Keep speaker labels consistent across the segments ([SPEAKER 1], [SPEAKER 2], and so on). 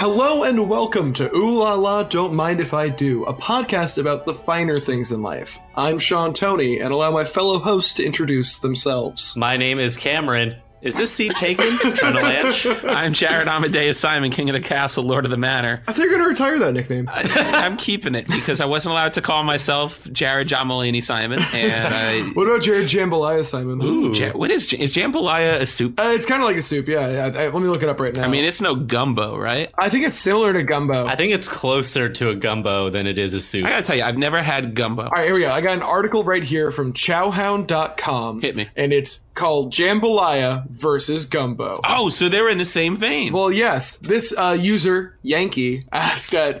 [SPEAKER 1] Hello and welcome to Ooh La La Don't Mind If I Do, a podcast about the finer things in life. I'm Sean Tony and allow my fellow hosts to introduce themselves.
[SPEAKER 2] My name is Cameron. Is this seat taken? Trying to latch?
[SPEAKER 3] I'm Jared Amadeus Simon, King of the Castle, Lord of the Manor.
[SPEAKER 1] I think I'm going to retire that nickname.
[SPEAKER 3] I, am keeping it because I wasn't allowed to call myself Jared Jamalini Simon, and I.
[SPEAKER 1] What about Jared Jambalaya Simon?
[SPEAKER 3] Ooh, Ja- what is is jambalaya a soup?
[SPEAKER 1] Uh, it's kind of like a soup, yeah. I, I, let me look it up right now.
[SPEAKER 3] I mean, it's no gumbo, right?
[SPEAKER 1] I think it's similar to gumbo.
[SPEAKER 2] I think it's closer to a gumbo than it is a soup.
[SPEAKER 3] I gotta tell you, I've never had gumbo.
[SPEAKER 1] All right, here we go. I got an article right here from chowhound.com.
[SPEAKER 3] Hit me.
[SPEAKER 1] And it's called Jambalaya versus Gumbo.
[SPEAKER 3] Oh, so they were in the same vein.
[SPEAKER 1] Well, yes. This uh, user, Yankee, asked at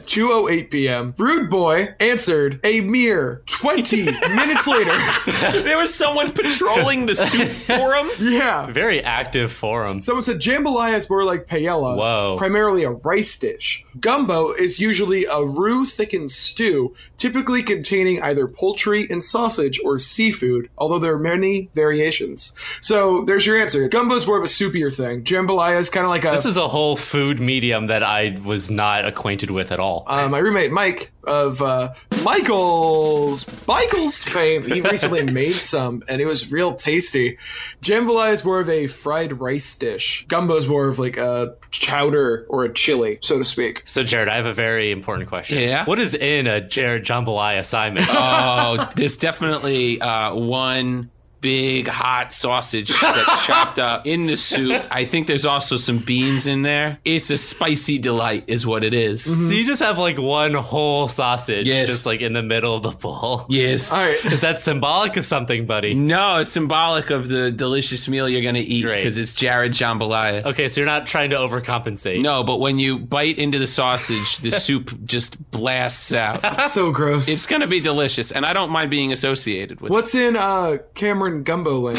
[SPEAKER 1] 2.08 p.m. Rude Boy answered a mere 20 minutes later.
[SPEAKER 3] there was someone patrolling the soup forums.
[SPEAKER 1] Yeah.
[SPEAKER 2] Very active forum.
[SPEAKER 1] Someone said jambalaya is more like paella,
[SPEAKER 2] Whoa.
[SPEAKER 1] primarily a rice dish. Gumbo is usually a roux thickened stew, typically containing either poultry and sausage or seafood, although there are many variations. So there's your answer. Gumbo's more of a soupier thing. Jambalaya is kind of like a
[SPEAKER 2] This is a whole food medium that I was not acquainted with at all.
[SPEAKER 1] uh, my roommate Mike of uh, Michael's Michael's fame. He recently made some, and it was real tasty. Jambalaya is more of a fried rice dish. Gumbo is more of like a chowder or a chili, so to speak.
[SPEAKER 2] So, Jared, I have a very important question.
[SPEAKER 3] Yeah?
[SPEAKER 2] What is in a Jared Jambalaya Simon?
[SPEAKER 3] Oh, there's definitely uh, one big hot sausage that's chopped up in the soup. I think there's also some beans in there. It's a spicy delight, is what it is.
[SPEAKER 2] so you just have like one whole sausage
[SPEAKER 3] Yes.
[SPEAKER 2] just like in the middle of the bowl.
[SPEAKER 3] Yes.
[SPEAKER 1] All right,
[SPEAKER 2] Is that symbolic of something, buddy?
[SPEAKER 3] No, it's symbolic of the delicious meal you're going to eat
[SPEAKER 2] Great.
[SPEAKER 3] because it's Jared Jambalaya.
[SPEAKER 2] Okay, so you're not trying to overcompensate.
[SPEAKER 3] No, but when you bite into the sausage, the soup just blasts out.
[SPEAKER 1] that's so gross.
[SPEAKER 3] It's going to be delicious, and I don't mind being associated with
[SPEAKER 1] What's in uh, Cameron Gumbo Land?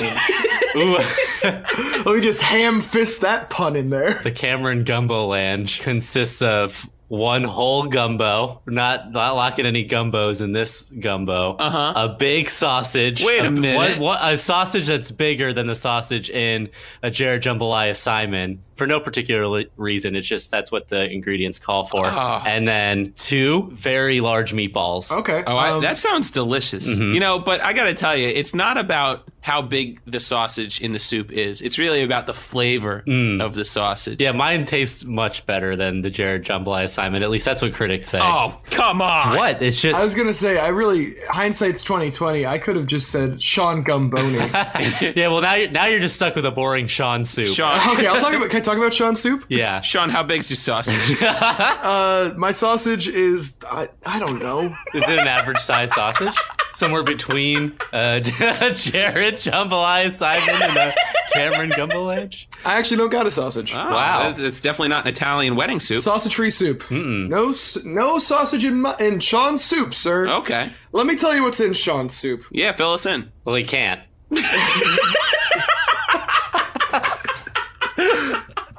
[SPEAKER 2] Ooh,
[SPEAKER 1] Let me just ham fist that pun in there.
[SPEAKER 2] the Cameron Gumbo Land consists of one whole gumbo. We're Not not locking any gumbos in this gumbo.
[SPEAKER 3] Uh-huh.
[SPEAKER 2] A big sausage.
[SPEAKER 3] Wait a minute.
[SPEAKER 2] What, what, a sausage that's bigger than the sausage in a Jared Jambalaya Simon for no particular li- reason. It's just that's what the ingredients call for.
[SPEAKER 3] Ah.
[SPEAKER 2] And then two very large meatballs.
[SPEAKER 1] Okay.
[SPEAKER 3] Oh, I,
[SPEAKER 1] um,
[SPEAKER 3] that sounds delicious.
[SPEAKER 2] Mm-hmm.
[SPEAKER 3] You know, but I got to tell you, it's not about how big the sausage in the soup is. It's really about the flavor of the sausage.
[SPEAKER 2] Mm. Yeah, mine tastes much better than the Jared Jambalaya Simon. At least that's what critics say.
[SPEAKER 3] Oh, come on.
[SPEAKER 2] What? It's just
[SPEAKER 1] I was gonna say, I really hindsight's twenty twenty. I could have just said Sean Gumboni.
[SPEAKER 2] yeah. Well, now you're now you're just stuck with a boring Sean soup.
[SPEAKER 3] Sean,
[SPEAKER 1] okay, I'll talk about. Can I talk about Sean Soup?
[SPEAKER 2] Yeah.
[SPEAKER 3] Sean, how big's your sausage?
[SPEAKER 1] Uh, my sausage is I, I don't know.
[SPEAKER 2] Is it an average size sausage? Somewhere between uh, Jared Jambalaya Simon and a Cameron Gumbo Edge?
[SPEAKER 1] I actually don't got a sausage.
[SPEAKER 2] Wow.
[SPEAKER 3] that- Oh, It's definitely not an Italian wedding soup.
[SPEAKER 1] Sausage free soup.
[SPEAKER 3] Hmm.
[SPEAKER 1] No, s- no sausage in my, in Sean's soup, sir.
[SPEAKER 3] okay.
[SPEAKER 1] Let me tell you what's in Sean's soup.
[SPEAKER 3] Yeah, fill us in.
[SPEAKER 2] Well, he can't.
[SPEAKER 1] Do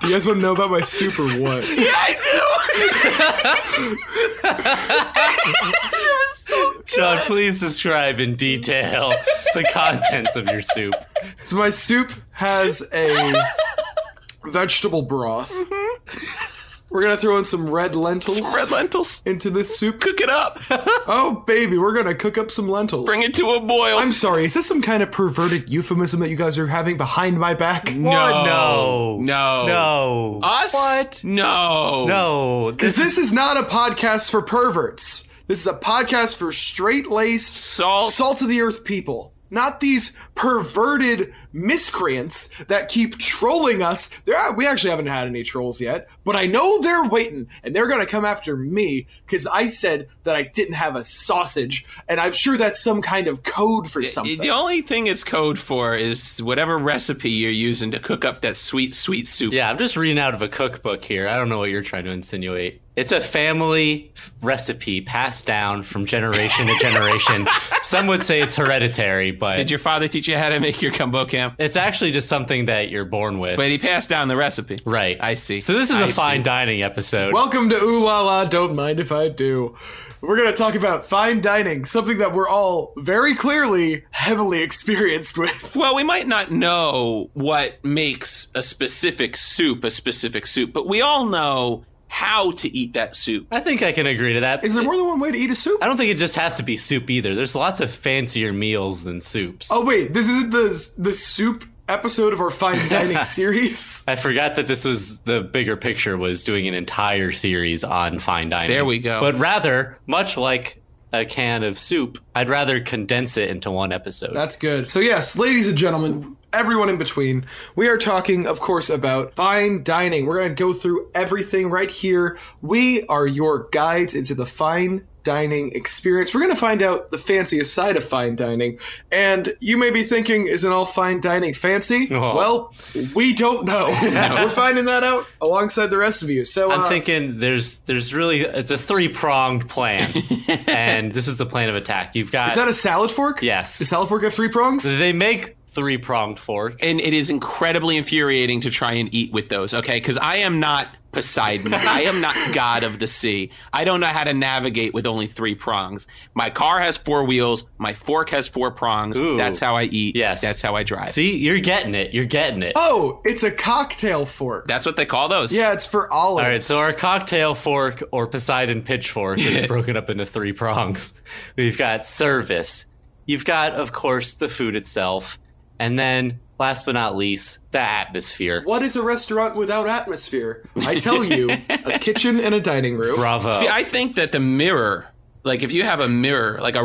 [SPEAKER 1] you guys want to know about my soup or what?
[SPEAKER 3] Yeah, I
[SPEAKER 2] Sean, please describe in detail the contents of your soup.
[SPEAKER 1] So my soup has a vegetable broth. We're gonna throw in some red lentils
[SPEAKER 3] do. Mm-hmm. Red lentils.
[SPEAKER 1] into this soup.
[SPEAKER 3] Cook it up.
[SPEAKER 1] Oh baby, we're gonna cook up some lentils.
[SPEAKER 3] Bring it to a boil.
[SPEAKER 1] I'm sorry, is this some kind of perverted euphemism that you guys are having behind my back?
[SPEAKER 2] No.
[SPEAKER 3] No.
[SPEAKER 2] No.
[SPEAKER 3] Us?
[SPEAKER 1] What?
[SPEAKER 3] No.
[SPEAKER 2] no.
[SPEAKER 1] Because
[SPEAKER 2] Oh. This
[SPEAKER 1] this is not a podcast for perverts. This is a podcast for straight laced,
[SPEAKER 3] Salt.
[SPEAKER 1] salt of the earth people. Not these perverted miscreants that keep trolling us. There are, we actually haven't had any trolls yet, but I know they're waiting and they're going to come after me because I said that I didn't have a sausage, and I'm sure that's some kind of code for something.
[SPEAKER 3] The only thing it's code for is whatever recipe you're using to cook up that sweet, sweet soup.
[SPEAKER 2] Yeah, I'm just reading out of a cookbook here. I don't know what you're trying to insinuate. It's a family recipe passed down from generation to generation. Some would say it's hereditary, but
[SPEAKER 3] Did your father teach you how to make your gumbo camp?
[SPEAKER 2] it's actually just something that you're born with.
[SPEAKER 3] But he passed down the recipe.
[SPEAKER 2] right.
[SPEAKER 3] I see.
[SPEAKER 2] So this is a
[SPEAKER 3] I see.
[SPEAKER 2] fine dining episode.
[SPEAKER 1] Welcome to Ooh La La, Don't Mind If I Do. We're going to talk about fine dining, something that we're all very clearly heavily experienced with.
[SPEAKER 3] Well, we might not know what makes a specific soup a specific soup, but we all know how to eat that soup.
[SPEAKER 2] I think I can agree to that.
[SPEAKER 1] Is there more than one way to eat a soup?
[SPEAKER 2] I don't think it just has to be soup either. There's lots of fancier meals than soups.
[SPEAKER 1] Oh wait, this isn't the the soup episode of our fine dining series.
[SPEAKER 2] I forgot that this was the bigger picture was doing an entire series on fine dining.
[SPEAKER 3] There we go.
[SPEAKER 2] But rather, much like a can of soup, I'd rather condense it into one episode.
[SPEAKER 1] That's good. So yes, ladies and gentlemen, everyone in between, we are talking, of course, about fine dining. We're gonna go through everything right here. We are your guides into the fine dining experience. We're going to find out the fanciest side of fine dining. And you may be thinking, isn't all fine dining fancy?
[SPEAKER 2] Oh.
[SPEAKER 1] Well, we don't know. We're finding that out alongside the rest of you. So
[SPEAKER 2] I'm
[SPEAKER 1] uh,
[SPEAKER 2] thinking there's there's really it's a three pronged plan, and this is the plan of attack. You've got
[SPEAKER 1] is that a salad fork?
[SPEAKER 2] Yes. Uh,
[SPEAKER 1] Does salad fork have three prongs?
[SPEAKER 2] they make three pronged forks.
[SPEAKER 3] And it is incredibly infuriating to try and eat with those, okay? Because I am not Poseidon. I am not God of the sea. I don't know how to navigate with only three prongs. My car has four wheels. My fork has four prongs.
[SPEAKER 2] Ooh.
[SPEAKER 3] That's how I eat.
[SPEAKER 2] Yes.
[SPEAKER 3] That's how I drive.
[SPEAKER 2] See, you're getting it. You're getting it.
[SPEAKER 1] Oh, it's a cocktail fork.
[SPEAKER 3] That's what they call those.
[SPEAKER 1] yeah, it's for olives.
[SPEAKER 2] All right, so our cocktail fork or Poseidon pitchfork is broken up into three prongs. We've got service. You've got, of course, the food itself. And then, last but not least, the atmosphere.
[SPEAKER 1] what is a restaurant without atmosphere? I tell you, a kitchen and a dining room.
[SPEAKER 2] Bravo.
[SPEAKER 3] See, I think that the mirror, like if you have a mirror, like a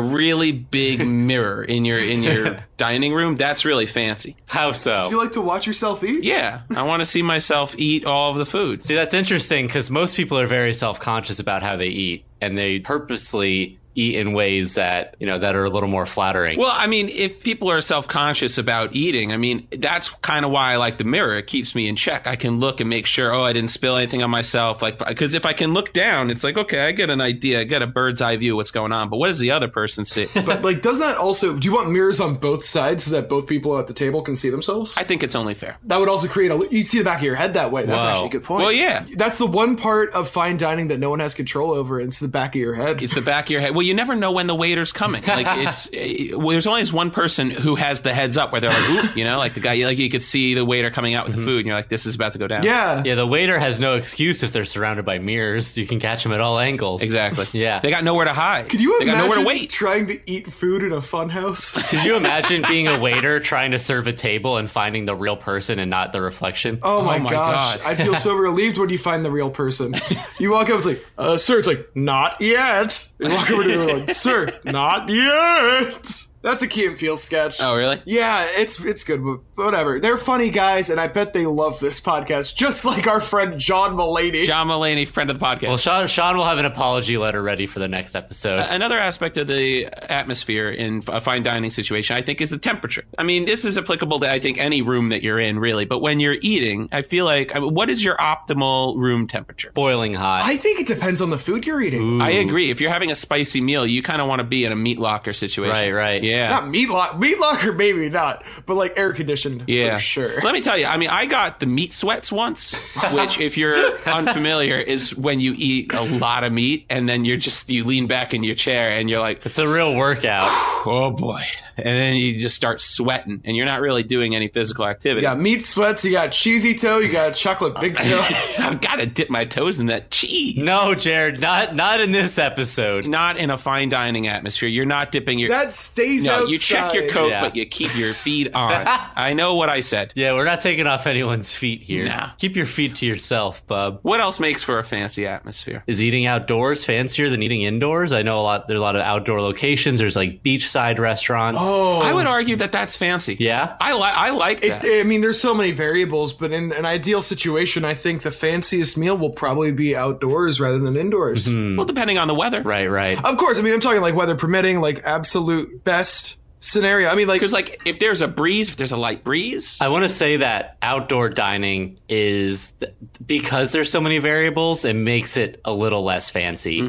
[SPEAKER 3] really big mirror in your in your dining room, that's really fancy.
[SPEAKER 2] How so?
[SPEAKER 1] Do you like to watch yourself eat?
[SPEAKER 3] Yeah, I want to see myself eat all of the food.
[SPEAKER 2] See, that's interesting because most people are very self conscious about how they eat and they purposely eat in ways that, you know, that are a little more flattering.
[SPEAKER 3] Well, I mean, if people are self conscious about eating, I mean, that's kind of why I like the mirror. It keeps me in check. I can look and make sure, oh, I didn't spill anything on myself. Like, because if I can look down, it's like, okay, I get an idea. I get a bird's eye view of what's going on. But what does the other person see?
[SPEAKER 1] But like, does that also? Do you want mirrors on both sides so that both people at the table can see themselves?
[SPEAKER 3] I think it's only fair.
[SPEAKER 1] that would also create a you'd see the back of your head that way. That's
[SPEAKER 2] Wow.
[SPEAKER 1] actually a good point.
[SPEAKER 3] Well, yeah.
[SPEAKER 1] That's the one part of fine dining that no one has control over. It's the back of your head.
[SPEAKER 3] It's the back of your head. Well, you never know when the waiter's coming. Like it's eh, well, there's always one person who has the heads up where they're like, Ooh, you know, like the guy, like you could see the waiter coming out with the food, and you're like, this is about to go down.
[SPEAKER 1] Mm-hmm. yeah.
[SPEAKER 2] yeah, the waiter has no excuse if they're surrounded by mirrors. You can catch them at all angles.
[SPEAKER 3] exactly.
[SPEAKER 2] Yeah.
[SPEAKER 3] they got nowhere to hide.
[SPEAKER 1] Could you
[SPEAKER 3] they
[SPEAKER 1] imagine
[SPEAKER 3] got nowhere to wait?
[SPEAKER 1] trying to eat food in a fun house?
[SPEAKER 2] Could you imagine being a waiter trying to serve a table and finding the real person and not the reflection?
[SPEAKER 1] Oh my,
[SPEAKER 3] my
[SPEAKER 1] gosh.
[SPEAKER 3] God.
[SPEAKER 1] I feel so relieved when you find the real person. You walk up, it's like, uh, sir, it's like, not yet. You walk over to the other one, sir, not yet. That's a Key and Peele sketch.
[SPEAKER 3] Oh, really?
[SPEAKER 1] Yeah, it's it's good, but whatever. They're funny guys, and I bet they love this podcast, just like our friend John Mulaney.
[SPEAKER 3] John Mulaney, friend of the podcast.
[SPEAKER 2] Well, Sean, Sean will have an apology letter ready for the next episode.
[SPEAKER 3] Another aspect of the atmosphere in a fine dining situation, I think, is the temperature. I mean, this is applicable to, I think, any room that you're in, really. But when you're eating, I feel like, I mean, what is your optimal room temperature?
[SPEAKER 2] Boiling hot.
[SPEAKER 1] I think it depends on the food you're eating.
[SPEAKER 2] Ooh.
[SPEAKER 3] I agree. If you're having a spicy meal, you kind of want to be in a meat locker situation.
[SPEAKER 2] Right, right.
[SPEAKER 3] Yeah.
[SPEAKER 1] Not meat lock, meat locker, maybe not, but like air conditioned,
[SPEAKER 3] yeah,
[SPEAKER 1] for sure.
[SPEAKER 3] Let me tell you, I mean, I got the meat sweats once, which, if you're unfamiliar, is when you eat a lot of meat and then you're just, you lean back in your chair and you're like,
[SPEAKER 2] It's a real workout.
[SPEAKER 3] oh boy. And then you just start sweating and you're not really doing any physical
[SPEAKER 1] You
[SPEAKER 3] activity.
[SPEAKER 1] got meat sweats, you got cheesy toe, you got chocolate big toe.
[SPEAKER 3] I've got to dip my toes in that cheese.
[SPEAKER 2] No, Jared, not not in this episode.
[SPEAKER 3] Not in a fine dining atmosphere. You're not dipping your.
[SPEAKER 1] that stays
[SPEAKER 3] no,
[SPEAKER 1] outside.
[SPEAKER 3] you check your coat,
[SPEAKER 2] Yeah.
[SPEAKER 3] but you keep your feet on. I know what I said.
[SPEAKER 2] Yeah, we're not taking off anyone's feet here.
[SPEAKER 3] Nah.
[SPEAKER 2] Keep your feet to yourself, bub.
[SPEAKER 3] What else makes for a fancy atmosphere?
[SPEAKER 2] Is eating outdoors fancier than eating indoors? I know a lot. There are a lot of outdoor locations. There's like beachside restaurants.
[SPEAKER 1] Oh,
[SPEAKER 3] I would argue that that's fancy.
[SPEAKER 2] yeah.
[SPEAKER 3] I like I like that.
[SPEAKER 1] I mean, there's so many variables, but in an ideal situation, I think the fanciest meal will probably be outdoors rather than indoors.
[SPEAKER 2] Mm-hmm.
[SPEAKER 3] well, depending on the weather.
[SPEAKER 2] Right. Right.
[SPEAKER 1] Of course, I mean, I'm talking like weather permitting, like absolute best scenario. I mean, like
[SPEAKER 3] Because like if there's a breeze, if there's a light breeze,
[SPEAKER 2] I want to say that outdoor dining is because there's so many variables, it makes it a little less fancy.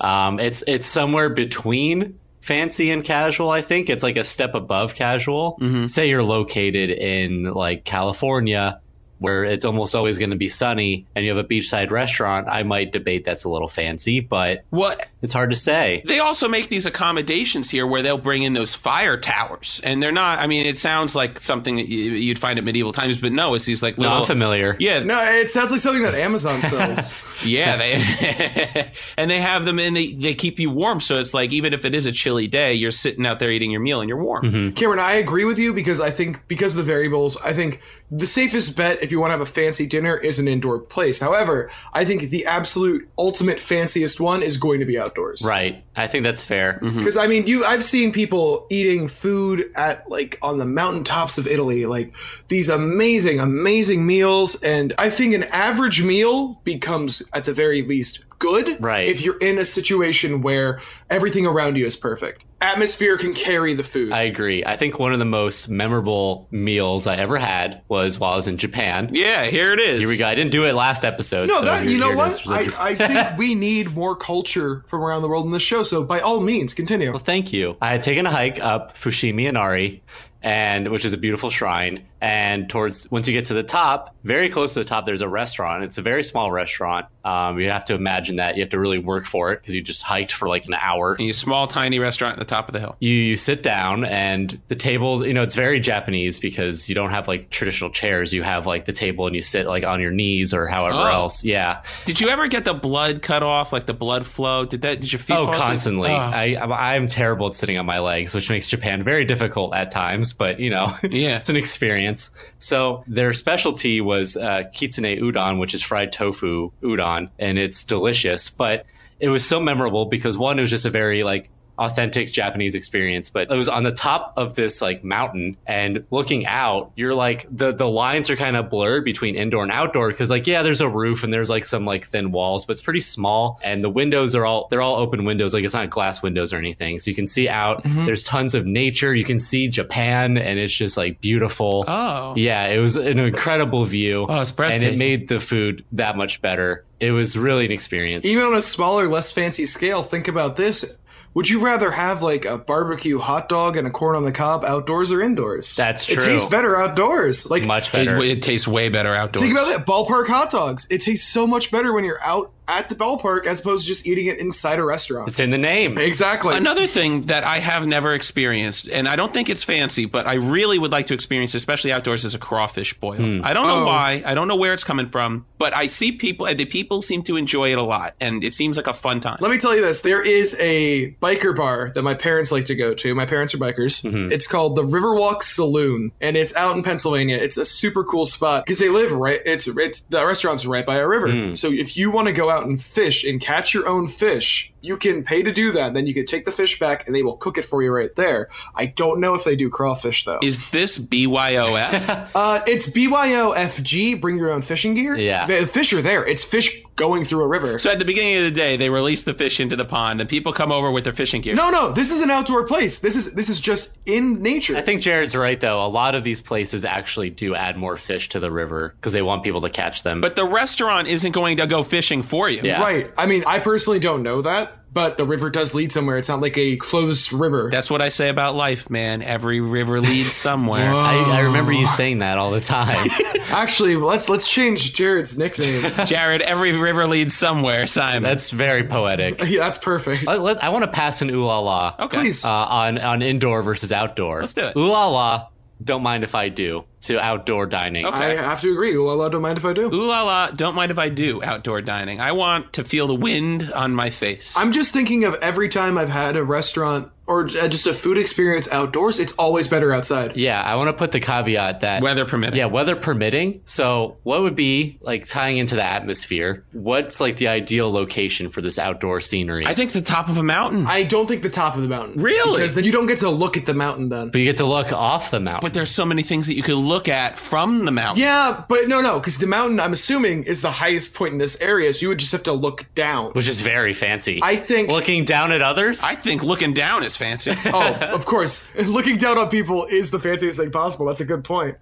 [SPEAKER 2] Um, it's it's somewhere between fancy and casual. I think it's like a step above casual. Say you're located in like California, where it's almost always going to be sunny and you have a beachside restaurant, I might debate that's a little fancy, but
[SPEAKER 3] What
[SPEAKER 2] it's hard to say.
[SPEAKER 3] they also make these accommodations here where they'll bring in those fire towers, and they're not. I mean, it sounds like something that you- you'd find at medieval times, but no, it's these like
[SPEAKER 2] No,
[SPEAKER 3] little.
[SPEAKER 2] I'm familiar.
[SPEAKER 3] Yeah,
[SPEAKER 1] No, it sounds like something that Amazon sells.
[SPEAKER 3] Yeah, they and they have them and they they keep you warm. So it's like even if it is a chilly day, you're sitting out there eating your meal and you're warm.
[SPEAKER 2] Mm-hmm.
[SPEAKER 1] Cameron, I agree with you because I think because of the variables, I think the safest bet if you want to have a fancy dinner is an indoor place. However, I think the absolute ultimate fanciest one is going to be outdoors.
[SPEAKER 2] Right. I think that's fair.
[SPEAKER 1] Because I mean, you I've seen people eating food at like on the mountaintops of Italy, like these amazing, amazing meals. And I think an average meal becomes at the very least good
[SPEAKER 2] Right.
[SPEAKER 1] if you're in a situation where everything around you is perfect. Atmosphere can carry the food.
[SPEAKER 2] I agree. I think one of the most memorable meals I ever had was while I was in Japan.
[SPEAKER 3] Yeah, here it is.
[SPEAKER 2] Here we go. I didn't do it last episode.
[SPEAKER 1] No,
[SPEAKER 2] so
[SPEAKER 1] that,
[SPEAKER 2] here-
[SPEAKER 1] you know
[SPEAKER 2] here it is
[SPEAKER 1] what?
[SPEAKER 2] for
[SPEAKER 1] I,
[SPEAKER 2] the-
[SPEAKER 1] I think we need more culture from around the world in this show. So by all means, continue.
[SPEAKER 2] Well, thank you. I had taken a hike up Fushimi Inari, and which is a beautiful shrine. And towards once you get to the top, very close to the top, there's a restaurant. It's a very small restaurant. Um, you have to imagine that you have to really work for it because you just hiked for like an hour.
[SPEAKER 3] You small tiny restaurant at the top of the hill.
[SPEAKER 2] You you sit down and the tables. You know, it's very Japanese because you don't have like traditional chairs. You have like the table and you sit like on your knees or however
[SPEAKER 3] Oh.
[SPEAKER 2] else. Yeah.
[SPEAKER 3] Did you ever get the blood cut off, like the blood flow? Did that? Did your feet?
[SPEAKER 2] Oh,
[SPEAKER 3] fall asleep?
[SPEAKER 2] constantly.
[SPEAKER 3] Oh.
[SPEAKER 2] I I'm- I'm terrible at sitting on my legs, which makes Japan very difficult at times. But you know,
[SPEAKER 3] yeah.
[SPEAKER 2] it's an experience. So their specialty was uh, kitsune udon, which is fried tofu udon, and it's delicious. But it was so memorable because one, it was just a very like authentic Japanese experience. But it was on the top of this like mountain, and looking out, you're like the the lines are kind of blurred between indoor and outdoor because like yeah, there's a roof and there's like some like thin walls, but it's pretty small, and the windows are all they're all open windows, like it's not glass windows or anything, so you can see out.
[SPEAKER 3] Mm-hmm.
[SPEAKER 2] There's tons of nature. You can see Japan, and it's just like beautiful.
[SPEAKER 3] Oh.
[SPEAKER 2] Yeah, it was an incredible view.
[SPEAKER 3] Oh, it's
[SPEAKER 2] and it
[SPEAKER 3] breathtaking.
[SPEAKER 2] made the food that much better. It was really an experience.
[SPEAKER 1] Even on a smaller, less fancy scale, think about this. Would you rather have like a barbecue hot dog and a corn on the cob outdoors or indoors?
[SPEAKER 2] That's
[SPEAKER 1] It
[SPEAKER 2] true.
[SPEAKER 1] tastes better outdoors. Like
[SPEAKER 2] Much
[SPEAKER 3] It,
[SPEAKER 2] better.
[SPEAKER 3] it tastes way better outdoors.
[SPEAKER 1] Think about that. Ballpark hot dogs. It tastes so much better when you're out at the ballpark as opposed to just eating it inside a restaurant.
[SPEAKER 2] it's in the name.
[SPEAKER 1] exactly.
[SPEAKER 3] Another thing that I have never experienced, and I don't think it's fancy, but I really would like to experience, especially outdoors, is a crawfish boil. I don't know
[SPEAKER 1] Oh.
[SPEAKER 3] why. I don't know where it's coming from, but I see people, and the people seem to enjoy it a lot, and it seems like a fun time.
[SPEAKER 1] Let me tell you this. There is a biker bar that my parents like to go to. My parents are bikers. It's called the Riverwalk Saloon, and it's out in Pennsylvania. It's a super cool spot because they live right. It's, it's the restaurant's right by a river. So if you want to go out and fish and catch your own fish, you can pay to do that. Then you can take the fish back, and they will cook it for you right there. I don't know if they do crawfish though.
[SPEAKER 3] Is this BYOF?
[SPEAKER 1] Uh, it's BYOFG. Bring your own fishing gear.
[SPEAKER 2] Yeah.
[SPEAKER 1] the fish are there. It's fish going through a river.
[SPEAKER 3] so at the beginning of the day, they release the fish into the pond, and people come over with their fishing gear.
[SPEAKER 1] no, no, this is an outdoor place. This is this is just in nature.
[SPEAKER 2] I think Jared's right though. A lot of these places actually do add more fish to the river because they want people to catch them.
[SPEAKER 3] But the restaurant isn't going to go fishing for you.
[SPEAKER 2] Yeah.
[SPEAKER 1] Right. I mean, I personally don't know that, but the river does lead somewhere. It's not like a closed river.
[SPEAKER 3] That's what I say about life, man. Every river leads somewhere.
[SPEAKER 2] I, I remember
[SPEAKER 3] Oh.
[SPEAKER 2] you saying that all the time.
[SPEAKER 1] Actually, let's let's change Jared's nickname.
[SPEAKER 3] Jared, every river leads somewhere, Simon.
[SPEAKER 2] That's very poetic.
[SPEAKER 1] yeah, that's perfect.
[SPEAKER 2] Let- let- I want to pass an ooh la la.
[SPEAKER 3] okay.
[SPEAKER 1] Please.
[SPEAKER 2] uh, on on indoor versus outdoor.
[SPEAKER 3] Let's do it.
[SPEAKER 2] Ooh la la. Don't mind if I do to outdoor dining.
[SPEAKER 3] Okay.
[SPEAKER 1] I have to agree. Ooh, la la, don't mind if I do.
[SPEAKER 3] Ooh la la, don't mind if I do outdoor dining. I want to feel the wind on my face.
[SPEAKER 1] I'm just thinking of every time I've had a restaurant or j- just a food experience outdoors, it's always better outside.
[SPEAKER 2] Yeah, I want to put the caveat that
[SPEAKER 3] weather permitting.
[SPEAKER 2] yeah, weather permitting. So, what would be like tying into the atmosphere? What's like the ideal location for this outdoor scenery?
[SPEAKER 3] I think the top of a mountain.
[SPEAKER 1] I don't think the top of the mountain.
[SPEAKER 3] Really?
[SPEAKER 1] Because then you don't get to look at the mountain then.
[SPEAKER 2] but you get to look off the mountain.
[SPEAKER 3] but there's so many things that you could look at from the mountain.
[SPEAKER 1] Yeah, but no, no, because the mountain, I'm assuming, is the highest point in this area, so you would just have to look down.
[SPEAKER 2] which is very fancy.
[SPEAKER 1] I think.
[SPEAKER 2] Looking down at others?
[SPEAKER 3] I think looking down is fancy.
[SPEAKER 1] oh, of course. Looking down on people is the fanciest thing possible. That's a good point.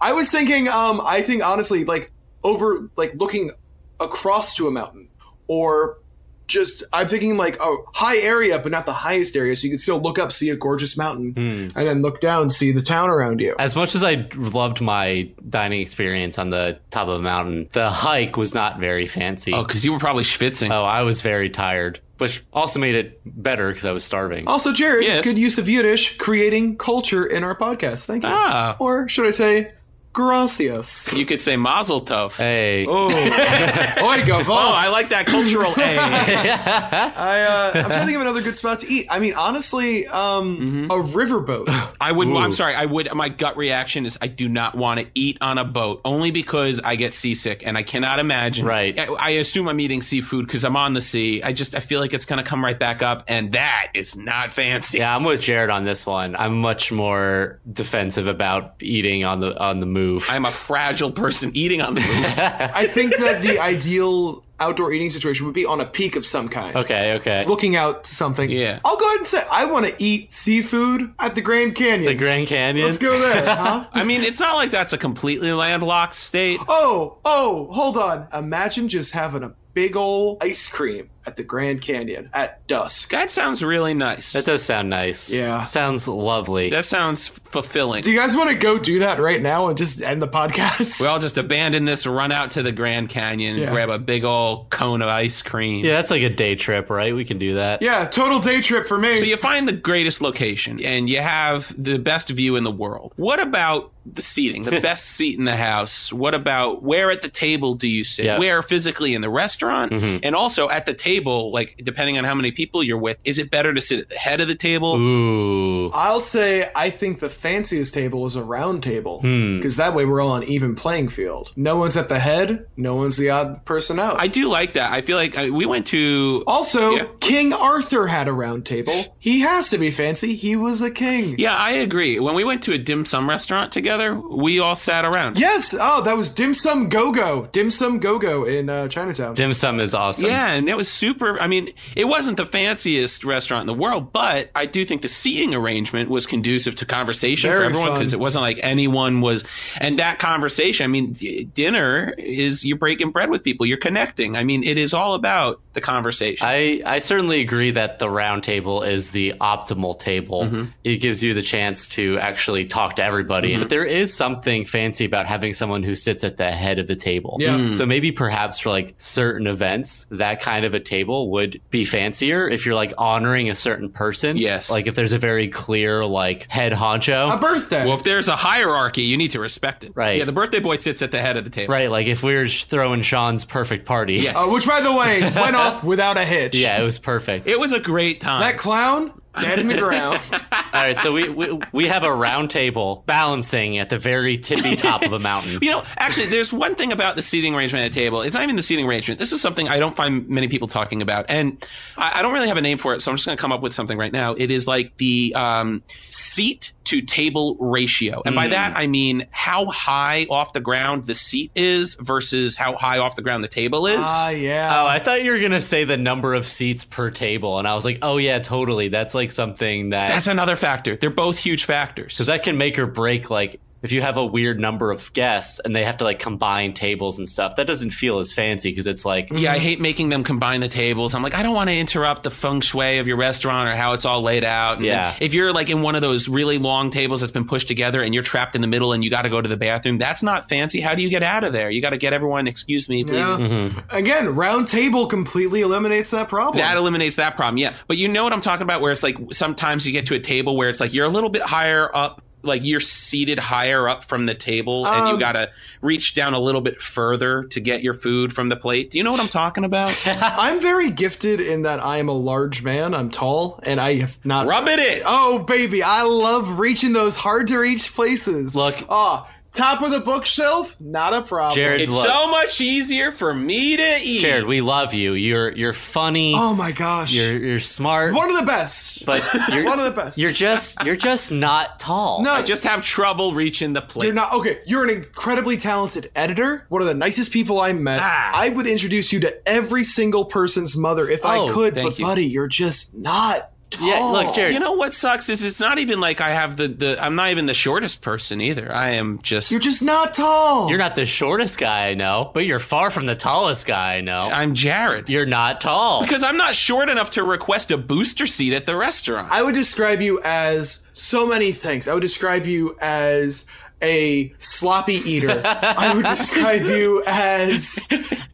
[SPEAKER 1] I was thinking, um, I think honestly, like over like looking across to a mountain or just I'm thinking like a high area, but not the highest area, so you can still look up, see a gorgeous mountain, and then look down, see the town around you.
[SPEAKER 2] As much as I loved my dining experience on the top of a mountain, the hike was not very fancy.
[SPEAKER 3] Oh, because you were probably schwitzing.
[SPEAKER 2] Oh, I was very tired, which also made it better because I was starving.
[SPEAKER 1] Also, Jared,
[SPEAKER 3] Yes.
[SPEAKER 1] good use of Yiddish, creating culture in our podcast. Thank you.
[SPEAKER 3] Ah.
[SPEAKER 1] Or should I say, gracias.
[SPEAKER 3] You could say mazel tov.
[SPEAKER 2] Hey,
[SPEAKER 1] Oh, Oy, Gavot.
[SPEAKER 3] Oh, I like that cultural A.
[SPEAKER 1] I, uh, I'm trying to think of another good spot to eat. I mean, honestly, um,
[SPEAKER 3] Mm-hmm.
[SPEAKER 1] a riverboat.
[SPEAKER 3] I would.
[SPEAKER 2] Ooh.
[SPEAKER 3] I'm sorry. I would. My gut reaction is I do not want to eat on a boat only because I get seasick and I cannot imagine.
[SPEAKER 2] Right.
[SPEAKER 3] I, I assume I'm eating seafood because I'm on the sea. I just I feel like it's gonna come right back up, and that is not fancy.
[SPEAKER 2] yeah, I'm with Jared on this one. I'm much more defensive about eating on the on the move.
[SPEAKER 3] I'm a fragile person eating on the move.
[SPEAKER 1] I think that the ideal outdoor eating situation would be on a peak of some kind.
[SPEAKER 2] okay, okay.
[SPEAKER 1] Looking out to something.
[SPEAKER 3] Yeah.
[SPEAKER 1] I'll go ahead and say I want to eat seafood at the Grand Canyon.
[SPEAKER 2] the Grand Canyon.
[SPEAKER 1] Let's go there, huh?
[SPEAKER 3] I mean, it's not like that's a completely landlocked state.
[SPEAKER 1] Oh, oh, hold on. Imagine just having a big ol' ice cream at the Grand Canyon at dusk.
[SPEAKER 3] That sounds really nice.
[SPEAKER 2] That does sound nice.
[SPEAKER 1] Yeah.
[SPEAKER 2] sounds lovely.
[SPEAKER 3] that sounds fulfilling.
[SPEAKER 1] Do you guys want to go do that right now and just end the podcast?
[SPEAKER 3] we all just abandon this, run out to the Grand Canyon,
[SPEAKER 1] Yeah.
[SPEAKER 3] grab a big old cone of ice cream.
[SPEAKER 2] yeah, that's like a day trip, right? We can do that.
[SPEAKER 1] yeah, total day trip for me.
[SPEAKER 3] So you find the greatest location and you have the best view in the world. What about the seating, the best seat in the house? What about where at the table do you sit?
[SPEAKER 2] Yeah. Mm-hmm.
[SPEAKER 3] Where physically in the restaurant? And also at the table, like depending on how many people you're with, is it better to sit at the head of the table?
[SPEAKER 2] Ooh.
[SPEAKER 1] I'll say I think the fanciest table is a round table
[SPEAKER 3] Hmm.
[SPEAKER 2] Hmm.
[SPEAKER 1] because that way we're all on even playing field. No one's at the head, no one's the odd person out.
[SPEAKER 3] I do like that. I feel like I, we went to. oh,
[SPEAKER 1] also,
[SPEAKER 3] Yeah.
[SPEAKER 1] King Arthur had a round table. He has to be fancy. He was a king.
[SPEAKER 3] Yeah, I agree. When we went to a dim sum restaurant together, we all sat around.
[SPEAKER 1] Yes. Oh, that was Dim Sum Go Go. Dim Sum Go Go in uh, Chinatown.
[SPEAKER 2] Dim sum is awesome.
[SPEAKER 3] Yeah, and it was super. I mean, it wasn't the fanciest restaurant in the world, but I do think the seating arrangement was conducive to conversation for
[SPEAKER 1] Very
[SPEAKER 3] everyone
[SPEAKER 1] fun.
[SPEAKER 3] because it wasn't like anyone was. And that conversation, I mean, d- dinner is you're breaking bread with people, you're connecting. I mean, it is all about the conversation.
[SPEAKER 2] I, I certainly agree that the round table is the optimal table. It gives you the chance to actually talk to everybody. But there is something fancy about having someone who sits at the head of the table.
[SPEAKER 1] Yeah. Mm.
[SPEAKER 2] So maybe perhaps for like certain events, that kind of a table would be fancier if you're like honoring a certain person.
[SPEAKER 3] Yes.
[SPEAKER 2] Like if there's a very clear like head honcho.
[SPEAKER 1] a birthday.
[SPEAKER 3] well, if there's a hierarchy, you need to respect it.
[SPEAKER 2] Right.
[SPEAKER 3] Yeah, the birthday boy sits at the head of the table.
[SPEAKER 2] right. Like if we were throwing Sean's perfect party.
[SPEAKER 3] Yes.
[SPEAKER 1] Uh, which, by the way, went off without a hitch.
[SPEAKER 2] Yeah, it was perfect.
[SPEAKER 3] It was a great time.
[SPEAKER 1] That clown dead in the ground.
[SPEAKER 2] All right, so we, we we have a round table balancing at the very tippy top of a mountain.
[SPEAKER 3] You know, actually, there's one thing about the seating arrangement at a table. It's not even the seating arrangement. This is something I don't find many people talking about, and I, I don't really have a name for it, so I'm just going to come up with something right now. It is like the um, seat to table ratio, and by that I mean how high off the ground the seat is versus how high off the ground the table is.
[SPEAKER 1] Ah, yeah.
[SPEAKER 2] Oh, I thought you were gonna say the number of seats per table, and I was like, oh yeah, totally. That's like something that
[SPEAKER 3] That's another factor. They're both huge factors.
[SPEAKER 2] because that can make or break. Like if you have a weird number of guests and they have to like combine tables and stuff, that doesn't feel as fancy because it's like
[SPEAKER 1] Mm.
[SPEAKER 3] Yeah,
[SPEAKER 1] Mm-hmm.
[SPEAKER 3] I hate making them combine the tables. I'm like, I don't want to interrupt the feng shui of your restaurant or how it's all laid out. And
[SPEAKER 2] Yeah.
[SPEAKER 3] If you're like in one of those really long tables that's been pushed together and you're trapped in the middle and you got to go to the bathroom, that's not fancy. How do you get out of there? You got to get everyone, excuse me, please.
[SPEAKER 1] Yeah.
[SPEAKER 2] Mm-hmm.
[SPEAKER 1] Again, round table completely eliminates that problem.
[SPEAKER 2] uh,
[SPEAKER 3] That eliminates that problem. Yeah. But you know what I'm talking about where it's like sometimes you get to a table where it's like you're a little bit higher up. Like you're seated higher up from the table, and you
[SPEAKER 1] Um,
[SPEAKER 3] gotta reach down a little bit further to get your food from the plate. Do you know what I'm talking about?
[SPEAKER 1] I'm very gifted in that I am a large man. I'm tall, and I have not.
[SPEAKER 3] Rub it in.
[SPEAKER 1] Oh, baby, I love reaching those hard to reach places.
[SPEAKER 2] Look-
[SPEAKER 1] ah, top of the bookshelf, not a problem.
[SPEAKER 2] Jared-
[SPEAKER 3] It's
[SPEAKER 2] Look.
[SPEAKER 3] so much easier for me to eat.
[SPEAKER 2] Jared, we love you. You're you're funny.
[SPEAKER 1] oh my gosh,
[SPEAKER 2] You're you're smart.
[SPEAKER 1] one of the best.
[SPEAKER 2] but you're
[SPEAKER 1] one of the best.
[SPEAKER 2] you're just you're just not tall.
[SPEAKER 1] no,
[SPEAKER 3] I just have trouble reaching the plate.
[SPEAKER 1] You're not okay. You're an incredibly talented editor. One of the nicest people I met.
[SPEAKER 3] Ah.
[SPEAKER 1] I would introduce you to every single person's mother if
[SPEAKER 2] Oh,
[SPEAKER 1] I could,
[SPEAKER 3] thank
[SPEAKER 1] but
[SPEAKER 3] you.
[SPEAKER 1] buddy, you're just not tall.
[SPEAKER 2] Yeah, look, Jared.
[SPEAKER 3] You know what sucks is it's not even like I have the, the I'm not even the shortest person either. I am just
[SPEAKER 1] You're just not tall.
[SPEAKER 2] You're not the shortest guy I know, but you're far from the tallest guy I know.
[SPEAKER 3] I'm Jared.
[SPEAKER 2] You're not tall.
[SPEAKER 3] Because I'm not short enough to request a booster seat at the restaurant.
[SPEAKER 1] I would describe you as so many things. I would describe you as a sloppy eater. I would describe you as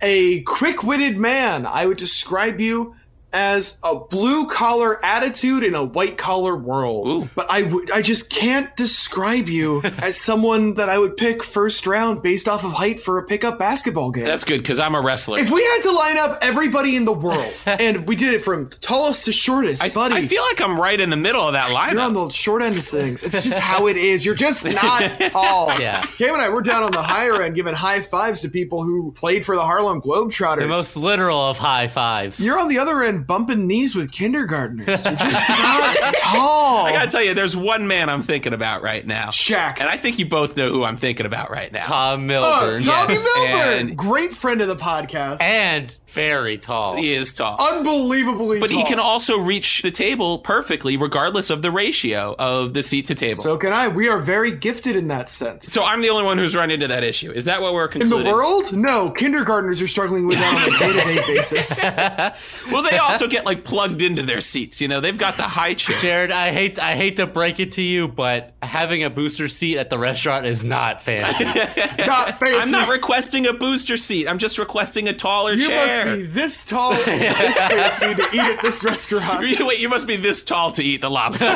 [SPEAKER 1] a quick witted man. I would describe you as a blue collar attitude in a white collar world.
[SPEAKER 3] Ooh.
[SPEAKER 1] But I would I just can't describe you as someone that I would pick first round based off of height for a pickup basketball game.
[SPEAKER 3] That's good because I'm a wrestler.
[SPEAKER 1] if we had to line up everybody in the world, and we did it from tallest to shortest,
[SPEAKER 3] I,
[SPEAKER 1] buddy,
[SPEAKER 3] I feel like I'm right in the middle of that lineup.
[SPEAKER 1] you're on the short end of things. It's just how it is. You're just not tall.
[SPEAKER 2] Yeah.
[SPEAKER 1] Cam and I, we're down on the higher end giving high fives to people who played for the Harlem Globetrotters.
[SPEAKER 2] the most literal of high 5s
[SPEAKER 1] You're on the other end bumping knees with kindergartners. You're just not tall.
[SPEAKER 3] I gotta tell you, there's one man I'm thinking about right now,
[SPEAKER 1] Shaq.
[SPEAKER 3] and I think you both know who I'm thinking about right now.
[SPEAKER 2] Tom
[SPEAKER 1] oh,
[SPEAKER 2] Milburn.
[SPEAKER 1] Tommy
[SPEAKER 3] yes,
[SPEAKER 1] Milburn.
[SPEAKER 3] and-
[SPEAKER 1] Great friend of the podcast.
[SPEAKER 2] And very tall.
[SPEAKER 3] He is tall.
[SPEAKER 1] Unbelievably
[SPEAKER 3] but
[SPEAKER 1] tall.
[SPEAKER 3] he can also reach the table perfectly, regardless of the ratio of the seat to table. So,
[SPEAKER 1] so can I. We are very gifted in that sense.
[SPEAKER 3] I'm the only one who's run into that issue. Is that what we're
[SPEAKER 1] in
[SPEAKER 3] concluding?
[SPEAKER 1] the world? No, kindergartners are struggling with that on a day-to-day basis.
[SPEAKER 3] Well, they also get like plugged into their seats. You know, they've got the high chair.
[SPEAKER 2] Jared, I hate I hate to break it to you, but having a booster seat at the restaurant is not fancy.
[SPEAKER 1] Not fancy.
[SPEAKER 3] I'm not requesting a booster seat. I'm just requesting a taller
[SPEAKER 1] You
[SPEAKER 3] chair.
[SPEAKER 1] must be this tall and this fancy to eat at this restaurant.
[SPEAKER 3] Wait, you must be this tall to eat the lobster.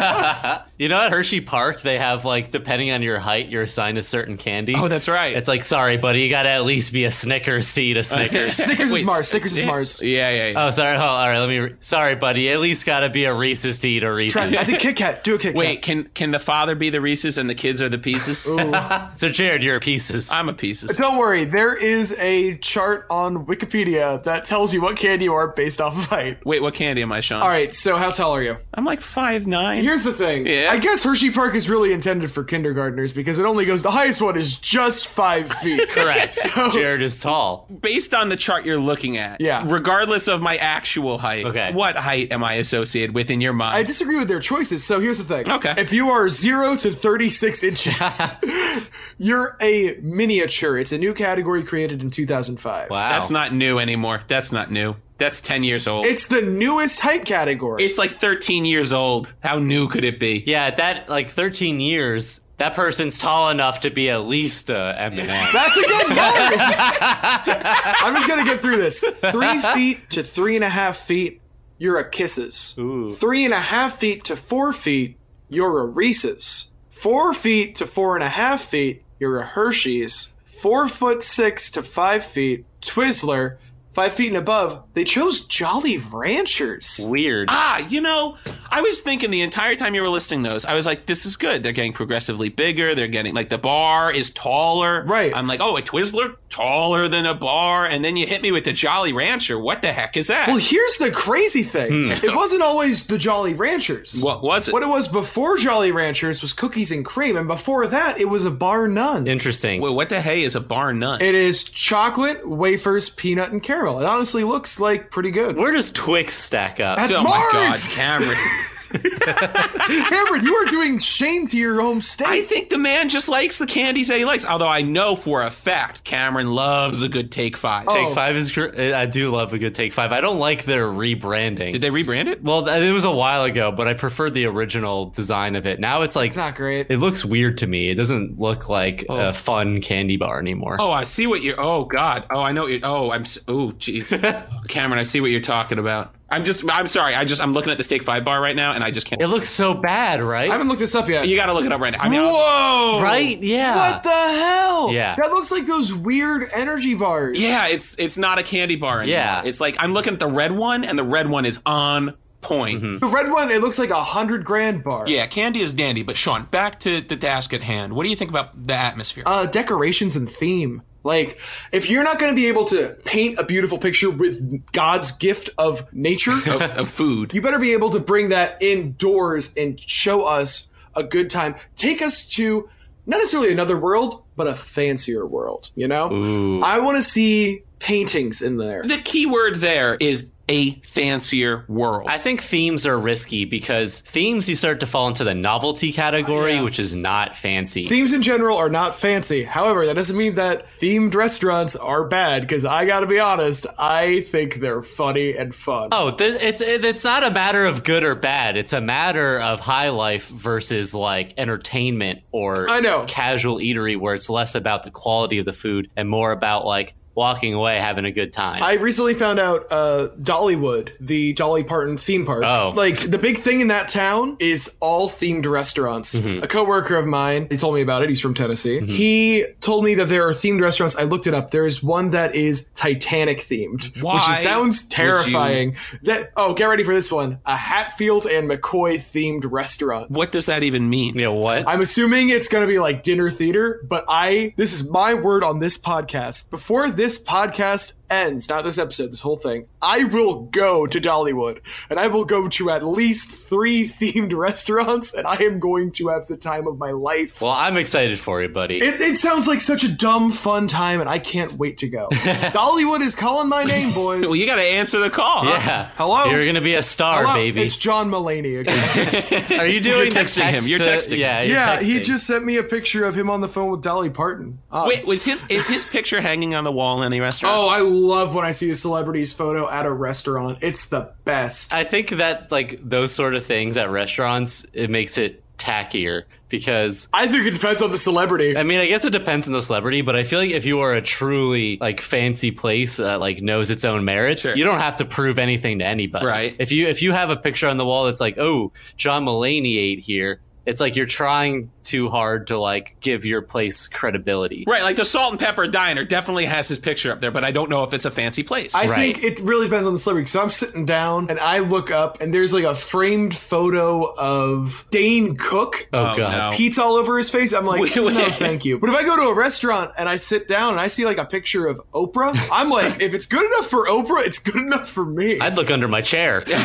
[SPEAKER 2] you know at Hershey Park they have like depending on your height, you're assigned a certain candy.
[SPEAKER 3] oh, that's right.
[SPEAKER 2] it's like sorry, buddy, you gotta at least be a Snickers to eat a Snickers.
[SPEAKER 1] Snickers Uh,
[SPEAKER 3] Wait,
[SPEAKER 1] is Mars. Snickers is
[SPEAKER 3] yeah.
[SPEAKER 1] Mars.
[SPEAKER 3] Yeah, yeah, yeah.
[SPEAKER 2] oh, sorry. Oh, all right. Let me. Re- sorry, buddy. At least gotta be a Reese's to eat a
[SPEAKER 1] Try, I
[SPEAKER 2] Reese's.
[SPEAKER 1] think Kit Kat. Do a Kit Kat.
[SPEAKER 3] Wait, can can the father be the Reese's and the kids are the pieces?
[SPEAKER 2] so Jared, you're a pieces.
[SPEAKER 1] Uh,
[SPEAKER 3] I'm a pieces.
[SPEAKER 1] Don't worry, there is a chart on Wikipedia that tells you what candy you are based off of height.
[SPEAKER 3] Wait, what candy am I, Sean?
[SPEAKER 1] All right, so how tall are you?
[SPEAKER 3] I'm like five nine.
[SPEAKER 1] Here's the thing.
[SPEAKER 3] Yeah.
[SPEAKER 1] I guess Hershey Park is really intended for kindergartners because it only goes the highest one is just five feet.
[SPEAKER 2] Correct.
[SPEAKER 1] So-
[SPEAKER 2] Jared is tall.
[SPEAKER 3] Based on the chart you're looking at,
[SPEAKER 1] Yeah.
[SPEAKER 3] regardless of my actual height,
[SPEAKER 2] Okay.
[SPEAKER 3] what height am I associated with in your
[SPEAKER 1] I
[SPEAKER 3] mind?
[SPEAKER 1] disagree with their choices. So here's the thing.
[SPEAKER 3] Okay.
[SPEAKER 1] If you are zero to 36 inches, you're a miniature. It's a new category created in 2005.
[SPEAKER 2] Wow.
[SPEAKER 3] That's not new anymore. That's not new. That's 10 years old.
[SPEAKER 1] It's the newest height category.
[SPEAKER 3] it's like 13 years old. How new could it be?
[SPEAKER 2] Yeah, at that like 13 years. That person's tall enough to be at least a M&M.
[SPEAKER 1] That's a good bonus. I'm just gonna get through this. Three feet to three and a half feet, you're a kisses.
[SPEAKER 2] Ooh.
[SPEAKER 1] Three and a half feet to four feet, you're a Reese's. Four feet to four and a half feet, you're a Hershey's. Four foot six to five feet, Twizzler. Five feet and above, they chose Jolly Ranchers.
[SPEAKER 2] Weird.
[SPEAKER 3] Ah, you know, I was thinking the entire time you were listing those, I was like, this is good. They're getting progressively bigger. They're getting, like, the bar is taller.
[SPEAKER 1] Right.
[SPEAKER 3] I'm like, oh, a Twizzler? Taller than a bar. And then you hit me with the Jolly Rancher. What the heck is that?
[SPEAKER 1] Well, here's the crazy thing. It wasn't always the Jolly Ranchers.
[SPEAKER 3] what was it?
[SPEAKER 1] What it was before Jolly Ranchers was cookies and cream, and before that it was a bar none.
[SPEAKER 2] Interesting.
[SPEAKER 3] Wait, what the hey is a bar none?
[SPEAKER 1] It is chocolate, wafers, peanut, and caramel. It honestly looks like pretty good.
[SPEAKER 2] Where does Twix stack up?
[SPEAKER 1] That's
[SPEAKER 3] oh my God,
[SPEAKER 1] Mars!
[SPEAKER 3] Cameron.
[SPEAKER 1] Cameron, you are doing shame to your home
[SPEAKER 3] I
[SPEAKER 1] state.
[SPEAKER 3] think the man just likes the candies that he likes. Although I know for a fact Cameron loves a good Take Five.
[SPEAKER 1] Oh.
[SPEAKER 2] Take Five is. gr- I do love a good Take Five. I don't like their rebranding.
[SPEAKER 3] Did they rebrand it?
[SPEAKER 2] well, th- it was a while ago, but I preferred the original design of it. Now it's like
[SPEAKER 1] It's not Oh. great.
[SPEAKER 2] it looks weird to me. It doesn't look like a fun candy bar anymore.
[SPEAKER 3] Oh, I see what you're. Oh God. Oh, I know. You're, oh, I'm. s- Oh, jeez. Cameron, I see what you're talking about. I'm just. I'm sorry. I just. I'm looking at the Take Five bar right now, and I just can't.
[SPEAKER 2] It looks so bad, right?
[SPEAKER 1] I haven't looked this up yet.
[SPEAKER 3] You got to look it up right now. I mean, I'll-
[SPEAKER 1] Whoa!
[SPEAKER 2] right? Yeah.
[SPEAKER 1] What the hell?
[SPEAKER 2] Yeah.
[SPEAKER 1] That looks like those weird energy bars.
[SPEAKER 3] yeah. It's it's not a candy bar anymore.
[SPEAKER 2] Yeah.
[SPEAKER 3] It's like I'm looking at the red one, and the red one is on point.
[SPEAKER 2] Mm-hmm.
[SPEAKER 1] The red one, it looks like a hundred grand bar.
[SPEAKER 3] Yeah, candy is dandy. But Sean, back to the task at hand. What do you think about the atmosphere?
[SPEAKER 1] uh, decorations and theme. Like, if you're not going to be able to paint a beautiful picture with God's gift of nature,
[SPEAKER 3] of, of food.
[SPEAKER 1] you better be able to bring that indoors and show us a good time. Take us to not necessarily another world, but a fancier world, you know?
[SPEAKER 2] Ooh.
[SPEAKER 1] I want to see paintings in there.
[SPEAKER 3] the key word there is a fancier world.
[SPEAKER 2] I think themes are risky because themes you start to fall into the novelty category,
[SPEAKER 1] Oh, yeah.
[SPEAKER 2] which is not fancy.
[SPEAKER 1] Themes in general are not fancy. However, that doesn't mean that themed restaurants are bad, because I gotta be honest, I think they're funny and fun.
[SPEAKER 2] Oh, th- it's it's not a matter of good or bad. It's a matter of high life versus like entertainment or
[SPEAKER 1] I know.
[SPEAKER 2] casual eatery, where it's less about the quality of the food and more about like walking away having a good time.
[SPEAKER 1] I recently found out uh, Dollywood, the Dolly Parton theme park.
[SPEAKER 2] Oh.
[SPEAKER 1] Like the big thing in that town is all themed restaurants.
[SPEAKER 3] Mm-hmm.
[SPEAKER 1] A coworker of mine, he told me about it. He's from Tennessee. He told me that there are themed restaurants. I looked it up. There is one that is Titanic themed,
[SPEAKER 3] Why
[SPEAKER 1] which sounds
[SPEAKER 3] would
[SPEAKER 1] terrifying. That oh, get ready for this one. A Hatfield and McCoy themed restaurant.
[SPEAKER 3] what does that even mean?
[SPEAKER 2] you know what?
[SPEAKER 1] I'm assuming it's going to be like dinner theater, but I, this is my word on this podcast. Before this podcast ends, not this episode, this whole thing, I will go to Dollywood and I will go to at least three themed restaurants and I am going to have the time of my life.
[SPEAKER 2] well, I'm excited for you, buddy.
[SPEAKER 1] it, it sounds like such a dumb, fun time and I can't wait to go. Dollywood is calling my name, boys.
[SPEAKER 3] Well, you got to answer the call. huh?
[SPEAKER 2] yeah.
[SPEAKER 1] uh, Hello?
[SPEAKER 2] You're gonna be a star,
[SPEAKER 1] Hello,
[SPEAKER 2] baby.
[SPEAKER 1] It's John Mulaney again.
[SPEAKER 2] Are you doing the
[SPEAKER 3] texting him.
[SPEAKER 2] text
[SPEAKER 3] You're
[SPEAKER 2] to-
[SPEAKER 3] texting
[SPEAKER 2] Yeah. you're
[SPEAKER 1] yeah, he
[SPEAKER 2] texting.
[SPEAKER 1] just sent me a picture of him on the phone with Dolly Parton. Ah.
[SPEAKER 3] Wait, was his is his picture hanging on the wall in any restaurant?
[SPEAKER 1] Oh, I love when I see a celebrity's photo at a restaurant. It's the best.
[SPEAKER 2] I think that like those sort of things at restaurants, it makes it tackier because
[SPEAKER 1] I think it depends on the celebrity.
[SPEAKER 2] I mean, I guess it depends on the celebrity, but I feel like if you are a truly like fancy place that like knows its own merits,
[SPEAKER 3] Sure.
[SPEAKER 2] you don't have to prove anything to anybody.
[SPEAKER 3] Right.
[SPEAKER 2] If you if you have a picture on the wall that's like, oh, John Mulaney ate here, it's like you're trying too hard to like give your place credibility.
[SPEAKER 3] Right, like the Salt and Pepper Diner definitely has his picture up there, but I don't know if it's a fancy place.
[SPEAKER 1] I
[SPEAKER 2] Right.
[SPEAKER 1] think it really depends on the celebrity. So I'm sitting down and I look up and there's like a framed photo of Dane Cook.
[SPEAKER 2] Oh,
[SPEAKER 3] Oh,
[SPEAKER 2] god.
[SPEAKER 3] no.
[SPEAKER 1] Pizza all over his face. I'm like,
[SPEAKER 3] Wait, wait.
[SPEAKER 1] no, thank you. But if I go to a restaurant and I sit down and I see like a picture of Oprah, I'm like, if it's good enough for Oprah, it's good enough for me.
[SPEAKER 2] I'd look under my chair.
[SPEAKER 3] well,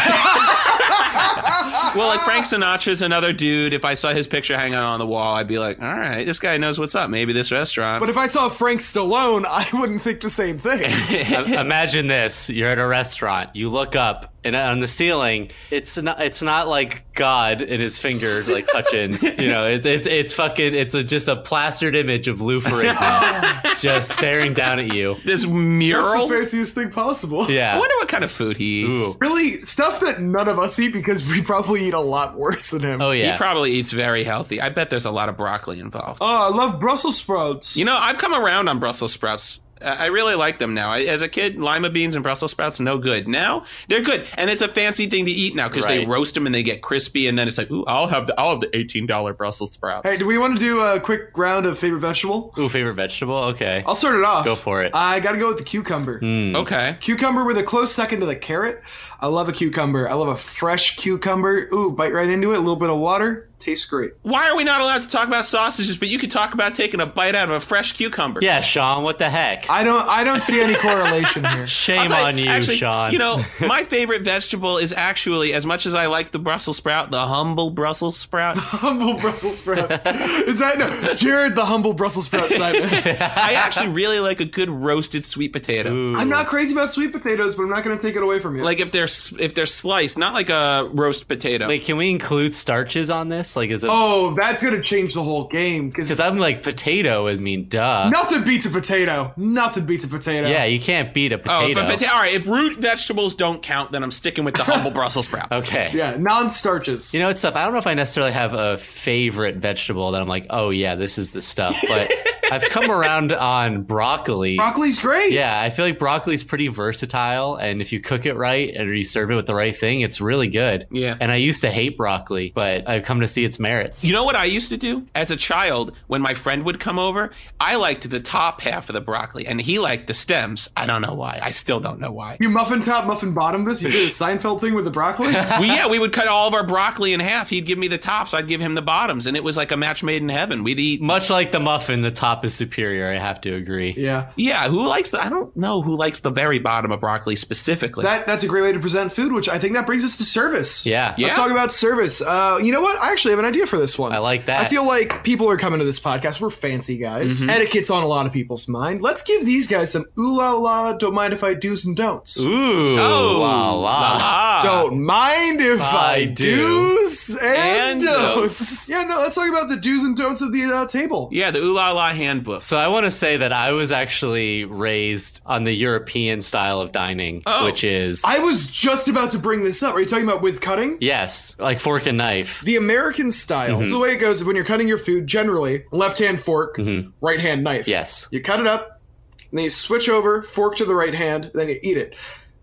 [SPEAKER 3] like Frank Sinatra's another dude. If I saw his picture hanging on the wall, I'd be like, all right, this guy knows what's up. Maybe this restaurant.
[SPEAKER 1] but if I saw Frank Stallone, I wouldn't think the same thing.
[SPEAKER 2] I- Imagine this: you're at a restaurant, you look up, and on the ceiling, it's not it's not like God and his finger like touching. you know, it's it's it's fucking it's a, just a plastered image of Lou Ferrigno just staring down at you.
[SPEAKER 3] this
[SPEAKER 1] That's
[SPEAKER 3] mural.
[SPEAKER 1] the fanciest thing possible.
[SPEAKER 3] I
[SPEAKER 2] Yeah.
[SPEAKER 3] wonder what kind of food he eats.
[SPEAKER 2] Ooh.
[SPEAKER 1] Really, stuff that none of us eat because we probably eat a lot worse than him.
[SPEAKER 2] Oh
[SPEAKER 3] He
[SPEAKER 2] yeah.
[SPEAKER 3] probably eats very healthy. I bet there's a lot of broccoli involved.
[SPEAKER 1] Oh, I love Brussels sprouts.
[SPEAKER 3] You know, I've come around on Brussels sprouts. I I really like them now. I, as a kid, lima beans and Brussels sprouts, no good. Now they're good, and it's a fancy thing to eat now because they
[SPEAKER 2] Right.
[SPEAKER 3] roast them and they get crispy, and then it's like, ooh, I'll have the I'll have the eighteen dollar Brussels sprouts.
[SPEAKER 1] hey, do we want to do a quick round of favorite vegetable?
[SPEAKER 2] Ooh, favorite vegetable? Okay.
[SPEAKER 1] I'll start it off.
[SPEAKER 2] Go for it. Hmm.
[SPEAKER 1] I got to go with the cucumber.
[SPEAKER 3] okay,
[SPEAKER 1] Cucumber with a close second to the carrot. I love a cucumber. I love a fresh cucumber. Ooh, bite right into it. A little bit of water. Tastes great.
[SPEAKER 3] why are we not allowed to talk about sausages? But you could talk about taking a bite out of a fresh cucumber.
[SPEAKER 2] Yeah, Sean. What the heck?
[SPEAKER 1] I don't. I don't see any correlation here.
[SPEAKER 3] I'll
[SPEAKER 2] Shame
[SPEAKER 3] tell
[SPEAKER 2] on you,
[SPEAKER 3] actually,
[SPEAKER 2] Sean.
[SPEAKER 3] You know, my favorite vegetable is actually, as much as I like the Brussels sprout, the humble Brussels sprout.
[SPEAKER 1] Humble Brussels sprout. Is that no? Jared the humble Brussels sprout Simon.
[SPEAKER 3] I actually really like a good roasted sweet potato.
[SPEAKER 2] Ooh.
[SPEAKER 1] I'm not crazy about sweet potatoes, but I'm not going to take it away from you.
[SPEAKER 3] Like if they're s- if they're sliced, not like a roast potato.
[SPEAKER 2] Wait, can we include starches on this? Like, is it?
[SPEAKER 1] Oh, that's gonna change the whole game because
[SPEAKER 2] Because I'm like potato. Is mean, duh.
[SPEAKER 1] nothing beats a potato. Nothing beats a potato.
[SPEAKER 2] uh, Yeah, you can't beat a
[SPEAKER 3] Oh,
[SPEAKER 2] potato.
[SPEAKER 3] if a pota- all right. If root vegetables don't count, then I'm sticking with the humble Brussels sprout.
[SPEAKER 2] okay.
[SPEAKER 1] yeah, non-starches.
[SPEAKER 2] You know, it's stuff. I don't know if I necessarily have a favorite vegetable that I'm like, oh yeah, this is the stuff. But I've come around on broccoli.
[SPEAKER 1] broccoli's great.
[SPEAKER 2] Yeah, I feel like broccoli's pretty versatile, and if you cook it right and you serve it with the right thing, it's really good.
[SPEAKER 3] Yeah.
[SPEAKER 2] And I used to hate broccoli, but I've come to see its merits.
[SPEAKER 3] You know what I used to do as a child when my friend would come over? I liked the top half of the broccoli, and he liked the stems. I don't know why. I still don't know why.
[SPEAKER 1] You muffin top, muffin bottom. This you did a Seinfeld thing with the broccoli.
[SPEAKER 3] we, yeah, we would cut all of our broccoli in half. He'd give me the tops, I'd give him the bottoms, and it was like a match made in heaven. We'd eat.
[SPEAKER 2] Much like the muffin, the top top is superior. I have to agree.
[SPEAKER 1] Yeah.
[SPEAKER 3] Yeah, who likes the? I don't know who likes the very bottom of broccoli specifically.
[SPEAKER 1] That that's a great way to present food, which I think that brings us to service.
[SPEAKER 2] Yeah.
[SPEAKER 3] Yeah.
[SPEAKER 1] Let's talk about service. Uh, you know what? I actually have an idea for this one.
[SPEAKER 2] I like that. Mm-hmm.
[SPEAKER 1] I feel like people are coming to this podcast. We're fancy guys. Etiquette's on a lot of people's mind. Let's give these guys some ooh la la. Don't mind if I do's and don'ts.
[SPEAKER 2] Ooh.
[SPEAKER 3] oh,
[SPEAKER 2] La, la.
[SPEAKER 3] la.
[SPEAKER 1] Don't mind if I,
[SPEAKER 2] I do.
[SPEAKER 1] do's and,
[SPEAKER 3] And
[SPEAKER 1] don'ts. Yeah, no. Let's talk about the do's and don'ts of the uh, table.
[SPEAKER 3] Yeah, the ooh la la handbook.
[SPEAKER 2] So I want to say that I was actually raised on the European style of dining,
[SPEAKER 3] Oh.
[SPEAKER 2] which is
[SPEAKER 1] I was just about to bring this up. Are you talking about with cutting?
[SPEAKER 2] yes, like fork and knife.
[SPEAKER 1] The American style. So the way it goes is when you're cutting your food, generally left hand fork,
[SPEAKER 2] Mm-hmm.
[SPEAKER 1] right hand knife.
[SPEAKER 2] Yes.
[SPEAKER 1] You cut it up, and then you switch over, fork to the right hand, then you eat it.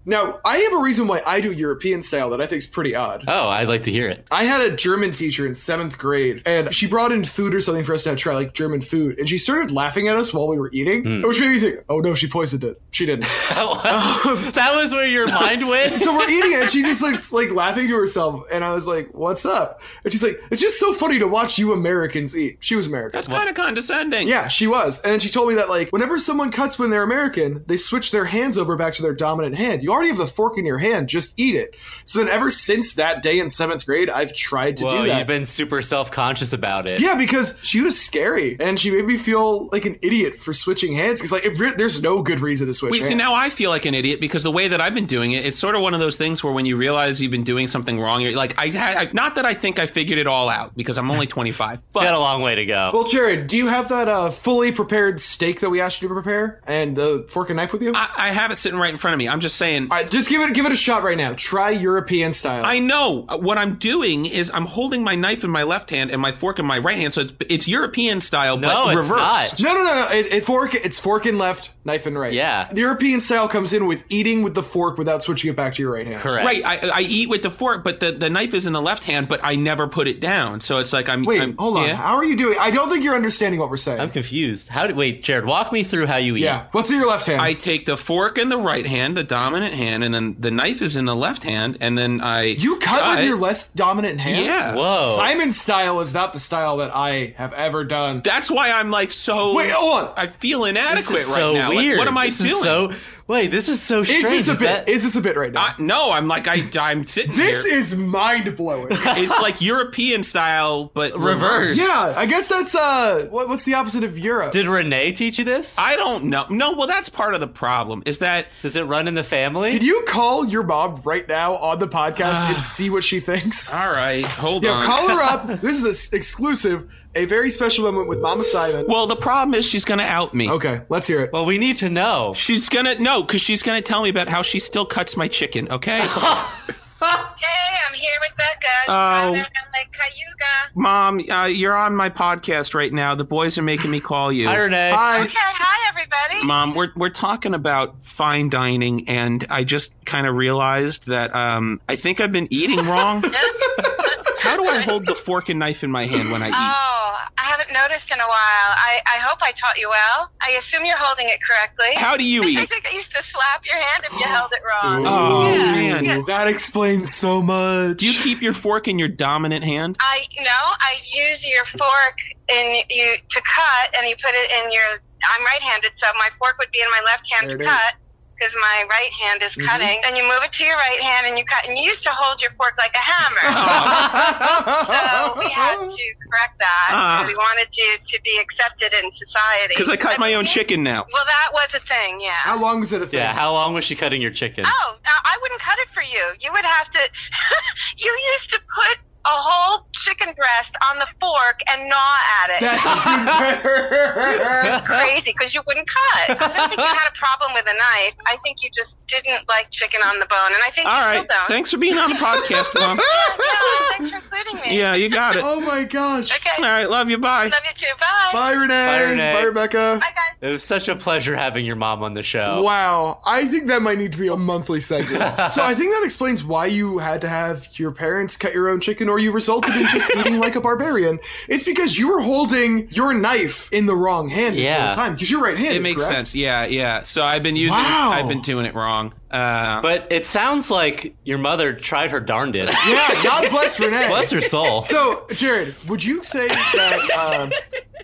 [SPEAKER 1] Now, I have a reason why I do European style that I think is pretty odd.
[SPEAKER 2] Oh, I'd like to hear it.
[SPEAKER 1] I had a German teacher in seventh grade, and she brought in food or something for us to try, like German food. And she started laughing at us while we were eating, which made me think, oh no, she poisoned it. She didn't.
[SPEAKER 2] that was where your mind went.
[SPEAKER 1] so we're eating it, and she just like like laughing to herself. And I was like, "What's up?" And she's like, "It's just so funny to watch you Americans eat." She was American.
[SPEAKER 3] That's kind of condescending.
[SPEAKER 1] Yeah, she was. And then she told me that like whenever someone cuts when they're American, they switch their hands over back to their dominant hand. You already have the fork in your hand, just eat it. So then ever since that day in seventh grade, I've tried to
[SPEAKER 2] Well,
[SPEAKER 1] do that.
[SPEAKER 2] you've been super self-conscious about it.
[SPEAKER 1] yeah, because she was scary, and she made me feel like an idiot for switching hands. Because like, if re- there's no good reason to switch.
[SPEAKER 3] Wait,
[SPEAKER 1] hands.
[SPEAKER 3] see, now I feel like an idiot because the way that I've been doing it, it's sort of one of those things where when you realize you've been doing something wrong, you're like, I, ha- I not that I think I figured it all out because I'm only 25.
[SPEAKER 2] It's got
[SPEAKER 3] But
[SPEAKER 2] a long way to go.
[SPEAKER 1] Well, Jared, do you have that uh, fully prepared steak that we asked you to prepare and the fork and knife with you?
[SPEAKER 3] I, I have it sitting right in front of me. I'm just saying.
[SPEAKER 1] All right, just give it give it a shot right now. Try European style.
[SPEAKER 3] I know what I'm doing is I'm holding my knife in my left hand and my fork in my right hand, so it's it's European style,
[SPEAKER 2] No,
[SPEAKER 3] but
[SPEAKER 2] it's
[SPEAKER 3] reversed.
[SPEAKER 2] not.
[SPEAKER 1] no, no, no, no. It, it's fork. It's fork and left, knife and right.
[SPEAKER 2] Yeah.
[SPEAKER 1] The European style comes in with eating with the fork without switching it back to your right hand.
[SPEAKER 2] Correct.
[SPEAKER 3] Right, I, I eat with the fork, but the, the knife is in the left hand, but I never put it down. So it's like I'm.
[SPEAKER 1] Wait,
[SPEAKER 3] I'm-
[SPEAKER 1] hold on.
[SPEAKER 3] yeah.
[SPEAKER 1] How are you doing? I don't think you're understanding what we're saying.
[SPEAKER 2] I'm confused. How do wait, Jared? Walk me through how you eat.
[SPEAKER 1] yeah. What's in your left hand?
[SPEAKER 3] I take the fork in the right hand, the dominant hand, and then the knife is in the left hand, and then I.
[SPEAKER 1] you cut with
[SPEAKER 3] I-
[SPEAKER 1] your less dominant hand.
[SPEAKER 3] Yeah.
[SPEAKER 2] Whoa.
[SPEAKER 1] Simon's style is not the style that I have ever done.
[SPEAKER 3] That's why I'm like so.
[SPEAKER 1] Wait, hold on.
[SPEAKER 3] I feel
[SPEAKER 2] this
[SPEAKER 3] inadequate
[SPEAKER 2] is
[SPEAKER 3] right
[SPEAKER 2] so
[SPEAKER 3] now. Like,
[SPEAKER 2] weird.
[SPEAKER 3] what am I
[SPEAKER 2] this
[SPEAKER 3] doing?
[SPEAKER 2] Is so wait, this is so strange.
[SPEAKER 1] Is this a bit?
[SPEAKER 2] that-
[SPEAKER 1] Is this a bit right now?
[SPEAKER 3] I- no, I'm like I. I'm sitting
[SPEAKER 1] this
[SPEAKER 3] here.
[SPEAKER 1] is mind blowing.
[SPEAKER 3] it's like European style, but
[SPEAKER 2] Reverse.
[SPEAKER 1] Yeah, I guess that's uh, what, what's the opposite of Europe?
[SPEAKER 2] Did Renee teach you this?
[SPEAKER 3] I don't know. No, well, that's part of the problem. Is that
[SPEAKER 2] Does it run in the family?
[SPEAKER 1] Can you call your mom right now on the podcast and see what she thinks?
[SPEAKER 3] all right? Hold
[SPEAKER 1] Yeah,
[SPEAKER 3] on.
[SPEAKER 1] call her up. This is a s exclusive, a very special moment with Mama Simon.
[SPEAKER 3] well, the problem is she's gonna out me.
[SPEAKER 1] Okay, let's hear it.
[SPEAKER 2] well, we need to know.
[SPEAKER 3] She's gonna no, because she's gonna tell me about how she still cuts my chicken. Okay,
[SPEAKER 4] Hey, I'm here with Becca.
[SPEAKER 3] Oh.
[SPEAKER 4] I'm like Cayuga.
[SPEAKER 3] Mom, uh, you're on my podcast right now. The boys are making me call you.
[SPEAKER 2] Hi, Renee.
[SPEAKER 1] Hi.
[SPEAKER 4] Okay, hi everybody.
[SPEAKER 3] Mom, we're we're talking about fine dining, and I just kind of realized that um, I think I've been eating wrong. How do I hold the fork and knife in my hand when I eat?
[SPEAKER 4] Oh, I haven't noticed in a while. I, I hope I taught you well. I assume you're holding it correctly.
[SPEAKER 3] How do you
[SPEAKER 4] I
[SPEAKER 3] eat?
[SPEAKER 4] think I used to slap your hand if you held it wrong.
[SPEAKER 3] Oh,
[SPEAKER 4] yeah.
[SPEAKER 3] man.
[SPEAKER 4] yeah.
[SPEAKER 1] That explains so much.
[SPEAKER 3] Do you keep your fork in your dominant hand?
[SPEAKER 4] I no, I use your fork in you to cut, and you put it in your. I'm right-handed, so my fork would be in my left hand
[SPEAKER 1] There it
[SPEAKER 4] to
[SPEAKER 1] is.
[SPEAKER 4] cut because my right hand is cutting. Then you move it to your right hand, and you cut. And you used to hold your fork like a hammer.
[SPEAKER 2] Oh,
[SPEAKER 3] Oh,
[SPEAKER 4] So we had to correct that.
[SPEAKER 3] Ah.
[SPEAKER 4] we wanted you to be accepted in society.
[SPEAKER 3] Because I cut my own chicken now.
[SPEAKER 4] Well, that was a thing, yeah.
[SPEAKER 1] How long was it a thing?
[SPEAKER 2] yeah, how long was she cutting your chicken?
[SPEAKER 4] Oh, I- I wouldn't cut it for you. You would have to. you used to put a whole chicken breast on the fork and gnaw at it.
[SPEAKER 1] That's even better.
[SPEAKER 4] crazy because you wouldn't cut. I don't think you had a problem with a knife. I think you just didn't like chicken on the bone, and I think
[SPEAKER 3] All
[SPEAKER 4] you
[SPEAKER 3] right.
[SPEAKER 4] still don't.
[SPEAKER 3] Thanks for being on the podcast, Mom.
[SPEAKER 4] Yeah, thanks for including me.
[SPEAKER 3] Yeah, you got it. All
[SPEAKER 1] oh my gosh.
[SPEAKER 4] Okay.
[SPEAKER 3] right. Love you. Bye.
[SPEAKER 4] Love you too. Bye.
[SPEAKER 1] Bye, Renee.
[SPEAKER 2] Bye, Renee.
[SPEAKER 1] Bye, Rebecca.
[SPEAKER 4] Bye, guys.
[SPEAKER 2] It was such a pleasure having your mom on the
[SPEAKER 3] Oh.
[SPEAKER 2] show.
[SPEAKER 1] Wow, I think that might need to be a monthly segment. so I think that explains why you had to have your parents cut your own chicken, or you resulted in just eating like a barbarian. It's because you were holding your knife in the wrong hand this
[SPEAKER 2] Yeah.
[SPEAKER 1] whole time because you're right-handed.
[SPEAKER 3] It makes
[SPEAKER 1] correct?
[SPEAKER 3] sense. Yeah, yeah. So I've been using.
[SPEAKER 1] Wow.
[SPEAKER 3] I've been doing it wrong. Uh,
[SPEAKER 2] But it sounds like your mother tried her darndest.
[SPEAKER 1] Yeah, God bless Renee.
[SPEAKER 2] Bless her soul.
[SPEAKER 1] So Jared, would you say that uh,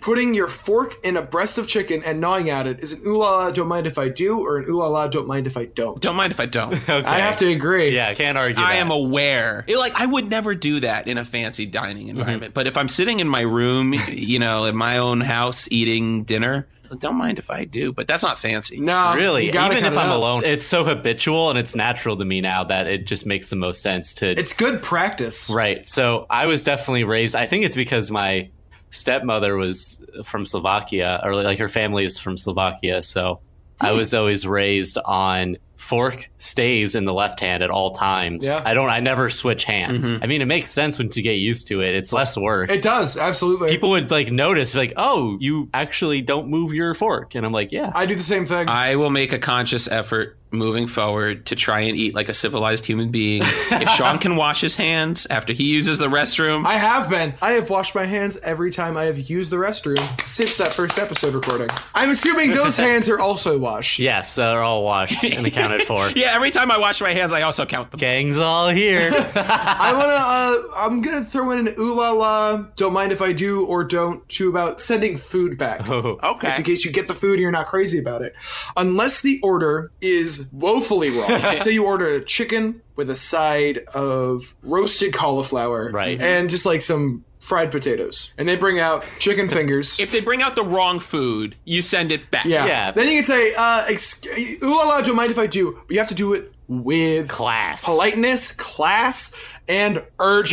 [SPEAKER 1] Putting your fork in a breast of chicken and gnawing at it is an ooh la la, don't mind if I do, or an ooh la la, don't mind if I don't.
[SPEAKER 3] Don't mind if I don't.
[SPEAKER 2] Okay.
[SPEAKER 1] I have to agree.
[SPEAKER 2] Yeah, can't argue.
[SPEAKER 3] I
[SPEAKER 2] that.
[SPEAKER 3] am aware. It, like I would never do that in a fancy dining environment. But if I'm sitting in my room, you know, in my own house eating dinner, don't mind if I do. But that's not fancy.
[SPEAKER 1] No,
[SPEAKER 2] Really,
[SPEAKER 1] you gotta
[SPEAKER 2] even
[SPEAKER 1] cut
[SPEAKER 2] if
[SPEAKER 1] it
[SPEAKER 2] I'm
[SPEAKER 1] out.
[SPEAKER 2] alone, it's so habitual and it's natural to me now that it just makes the most sense to.
[SPEAKER 1] it's good practice.
[SPEAKER 2] right. So I was definitely raised. I think it's because my stepmother was from Slovakia, or like her family is from Slovakia. So I
[SPEAKER 1] Hmm.
[SPEAKER 2] was always raised on fork stays in the left hand at all times.
[SPEAKER 1] Yeah. Mm-hmm.
[SPEAKER 2] I don't. I never switch hands.
[SPEAKER 3] Mhm.
[SPEAKER 2] I mean, it makes sense once you get used to it. It's less work.
[SPEAKER 1] It does absolutely.
[SPEAKER 2] People would like notice, like, "Oh, you actually don't move your fork," and I'm like, "Yeah."
[SPEAKER 1] I do the same thing.
[SPEAKER 3] I will make a conscious effort moving forward to try and eat like a civilized human being. if Sean can wash his hands after he uses the restroom,
[SPEAKER 1] I have been. I have washed my hands every time I have used the restroom since that first episode recording. I'm assuming those hands are also washed.
[SPEAKER 2] Yes, they're all washed and accounted for.
[SPEAKER 3] yeah, every time I wash my hands, I also count them.
[SPEAKER 2] Gang's all here.
[SPEAKER 1] I wanna. Uh, I'm gonna throw in an ooh la la. Don't mind if I do or don't. To about sending food back.
[SPEAKER 2] Oh.
[SPEAKER 1] If in
[SPEAKER 3] Okay.
[SPEAKER 1] case you get the food and you're not crazy about it. Unless the order is woefully wrong. Say you order a chicken with a side of roasted cauliflower.
[SPEAKER 2] Right.
[SPEAKER 1] And just like some fried potatoes. And they bring out chicken fingers.
[SPEAKER 3] If they bring out the wrong food, you send it back.
[SPEAKER 1] yeah.
[SPEAKER 2] Yeah.
[SPEAKER 1] Then you can say, uh, ex- ooh la la, don't mind if I do. But you have to do it with
[SPEAKER 2] Class.
[SPEAKER 1] politeness, class, and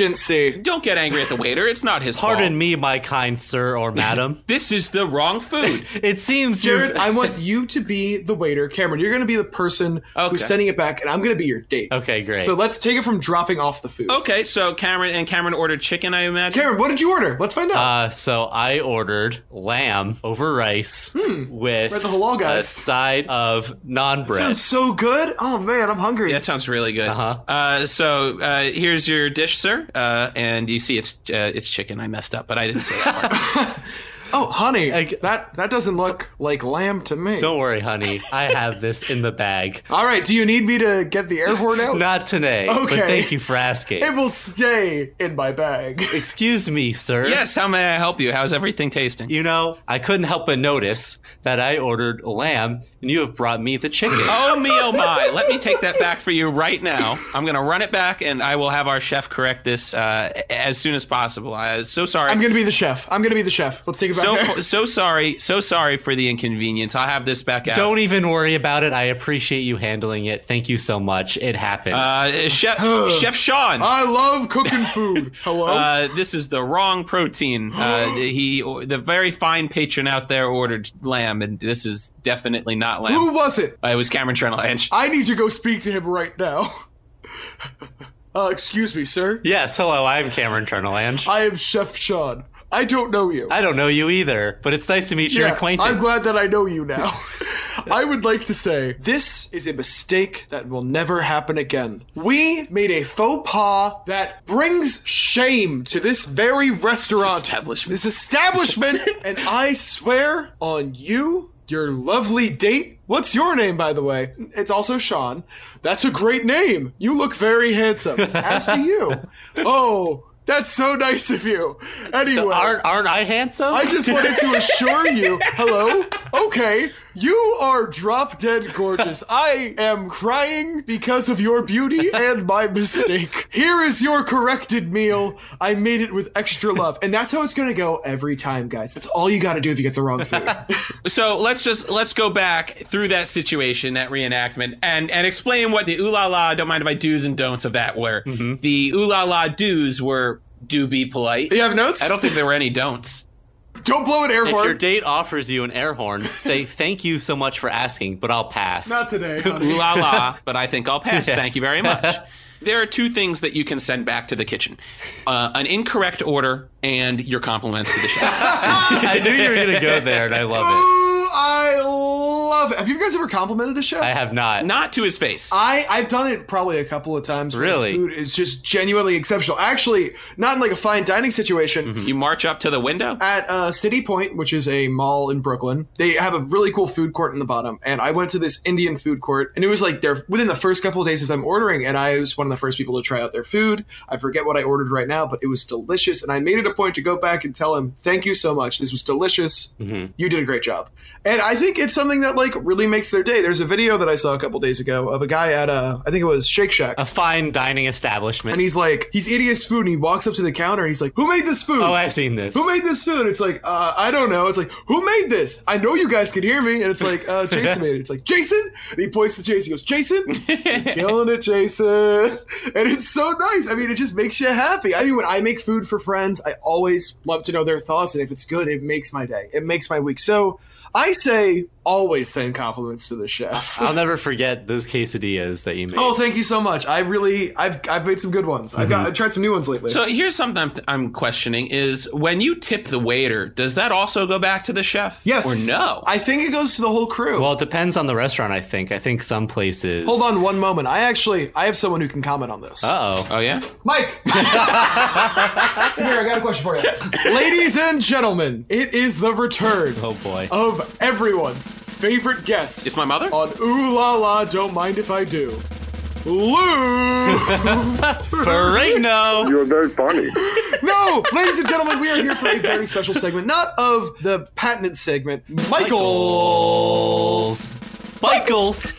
[SPEAKER 1] urgency.
[SPEAKER 3] Don't get angry at the waiter. It's not his fault.
[SPEAKER 2] Pardon me, my kind sir or madam.
[SPEAKER 3] This is the wrong food.
[SPEAKER 2] It seems you
[SPEAKER 1] Jared, I want you to be the waiter. Cameron, you're going to be the person
[SPEAKER 3] Okay.
[SPEAKER 1] who's sending it back, and I'm going to be your date.
[SPEAKER 2] Okay, great.
[SPEAKER 1] So let's take it from dropping off the food.
[SPEAKER 3] Okay, so Cameron and Cameron ordered chicken, I imagine.
[SPEAKER 1] Karen, what did you order? Let's find out.
[SPEAKER 2] uh, so I ordered lamb over rice with
[SPEAKER 1] We're at Hmm. the halal
[SPEAKER 2] a
[SPEAKER 1] guys.
[SPEAKER 2] side of non bread.
[SPEAKER 1] Sounds so good. Oh man, I'm hungry.
[SPEAKER 3] That sounds really good.
[SPEAKER 2] Uh-huh.
[SPEAKER 3] Uh, so uh, here's your dish, sir. Uh, and you see, it's uh, it's chicken. I messed up, but I didn't say that. Part.
[SPEAKER 1] Oh, honey,
[SPEAKER 2] I-
[SPEAKER 1] that that doesn't look like lamb to me.
[SPEAKER 2] Don't worry, honey. I have this in the bag.
[SPEAKER 1] All right, do you need me to get the air horn out?
[SPEAKER 2] Not today. But
[SPEAKER 1] Oh, Okay.
[SPEAKER 2] thank you for asking.
[SPEAKER 1] It will stay in my bag.
[SPEAKER 2] Excuse me, sir.
[SPEAKER 3] yes. How may I help you? How's everything tasting?
[SPEAKER 2] You know, I couldn't help but notice that I ordered lamb and you have brought me the chicken.
[SPEAKER 3] oh me, oh my! Let me take that back for you right now. I'm gonna run it back, and I will have our chef correct this uh, as soon as possible. I'm so sorry.
[SPEAKER 1] I'm gonna be the chef. I'm gonna be the chef. Let's take it back
[SPEAKER 3] so
[SPEAKER 1] there.
[SPEAKER 3] so sorry. So sorry for the inconvenience. I'll have this back out.
[SPEAKER 2] Don't even worry about it. I appreciate you handling it. Thank you so much. It happens.
[SPEAKER 3] uh, chef Chef Sean.
[SPEAKER 1] I love cooking food. Hello.
[SPEAKER 3] Uh, this is the wrong protein. Uh, he, or- the very fine patron out there, ordered lamb, and this is definitely not lamb.
[SPEAKER 1] Who was it?
[SPEAKER 3] Uh, it was Cameron Trentalange.
[SPEAKER 1] I need to go speak to him right now. uh, excuse me, sir.
[SPEAKER 2] yes, hello. I'm Cameron Turnalange.
[SPEAKER 1] I am Chef Sean. I don't know you.
[SPEAKER 2] I don't know you either, but it's nice to meet your
[SPEAKER 1] Yeah,
[SPEAKER 2] acquaintance.
[SPEAKER 1] I'm glad that I know you now. I would like to say this is a mistake that will never happen again. We made a faux pas that brings shame to this very restaurant,
[SPEAKER 3] This establishment.
[SPEAKER 1] this establishment, and I swear on you, your lovely date. What's your name, by the way? It's also Sean. That's a great name. You look very handsome. As do you. Oh, that's so nice of you. Anyway,
[SPEAKER 2] Aren't, aren't I handsome?
[SPEAKER 1] I just wanted to assure you. Hello? Okay. You are drop dead gorgeous. I am crying because of your beauty and my mistake. Here is your corrected meal. I made it with extra love. And that's how it's going to go every time, guys. That's all you got to do if you get the wrong food.
[SPEAKER 3] So let's just let's go back through that situation, that reenactment, and and explain what the ooh la la don't mind if I do's and don'ts of that were. The ooh la la do's were do be polite.
[SPEAKER 1] you have notes?
[SPEAKER 3] I don't think there were any don'ts.
[SPEAKER 1] Don't blow an air
[SPEAKER 2] if your
[SPEAKER 1] horn.
[SPEAKER 2] date offers you an air horn, say thank you so much for asking, but I'll pass.
[SPEAKER 1] Not today,
[SPEAKER 3] Ooh
[SPEAKER 1] honey.
[SPEAKER 3] la la, but I think I'll pass. Thank you very much. There are two things that you can send back to the kitchen: uh, an incorrect order and your compliments to the chef.
[SPEAKER 2] I knew you were going to go there, and I love it.
[SPEAKER 1] Ooh, I love. Have you guys ever complimented a chef?
[SPEAKER 2] I have not.
[SPEAKER 3] Not to his face.
[SPEAKER 1] I I've done it probably a couple of times. where
[SPEAKER 2] Really?
[SPEAKER 1] the food is just genuinely exceptional. Actually, not in like a fine dining situation.
[SPEAKER 3] you march up to the window.
[SPEAKER 1] At uh, City Point, which is a mall in Brooklyn, they have a really cool food court in the bottom. And I went to this Indian food court, and it was like they're within the first couple of days of them ordering, and I was one of the first people to try out their food. I forget what I ordered right now, but it was delicious, and I made it a point to go back and tell him, "Thank you so much. This was delicious.
[SPEAKER 2] Mm-hmm.
[SPEAKER 1] You did a great job." And I think it's something that like really makes their day. There's a video that I saw a couple days ago of a guy at a, I think it was Shake Shack.
[SPEAKER 2] A fine dining establishment.
[SPEAKER 1] and he's like, he's eating his food, and he walks up to the counter, and he's like, "Who made this food?"
[SPEAKER 2] oh, I've seen this.
[SPEAKER 1] who made this food? It's like, uh, I don't know. It's like, who made this? I know you guys could hear me. And it's like, uh, Jason made it. It's like, Jason? And he points to Jason. He goes, Jason? You're killing it, Jason. And it's so nice. I mean, it just makes you happy. I mean, when I make food for friends, I always love to know their thoughts. And if it's good, it makes my day. It makes my week. So I say, always send compliments to the chef.
[SPEAKER 2] I'll never forget those quesadillas that you made.
[SPEAKER 1] Oh, thank you so much. I really, I've, I've made some good ones. I've got, I tried some new ones lately.
[SPEAKER 3] Mm-hmm. So here's something I'm, I'm questioning: is when you tip the waiter, does that also go back to the chef?
[SPEAKER 1] yes.
[SPEAKER 3] or no?
[SPEAKER 1] I think it goes to the whole crew.
[SPEAKER 2] well, it depends on the restaurant, I think. I think some places.
[SPEAKER 1] Hold on one moment. I actually I have someone who can comment on this.
[SPEAKER 2] Uh oh.
[SPEAKER 3] oh yeah.
[SPEAKER 1] Mike, here I got a question for you. Ladies and gentlemen, it is the return
[SPEAKER 2] Oh, boy.
[SPEAKER 1] of everyone's favorite guest
[SPEAKER 3] It's my mother.
[SPEAKER 1] on Ooh La La. Don't mind if I do. Lou.
[SPEAKER 2] Ferrigno!
[SPEAKER 5] You are very funny.
[SPEAKER 1] no, ladies and gentlemen, we are here for a very special segment, not of the patented segment, Michael's,
[SPEAKER 2] Michaels!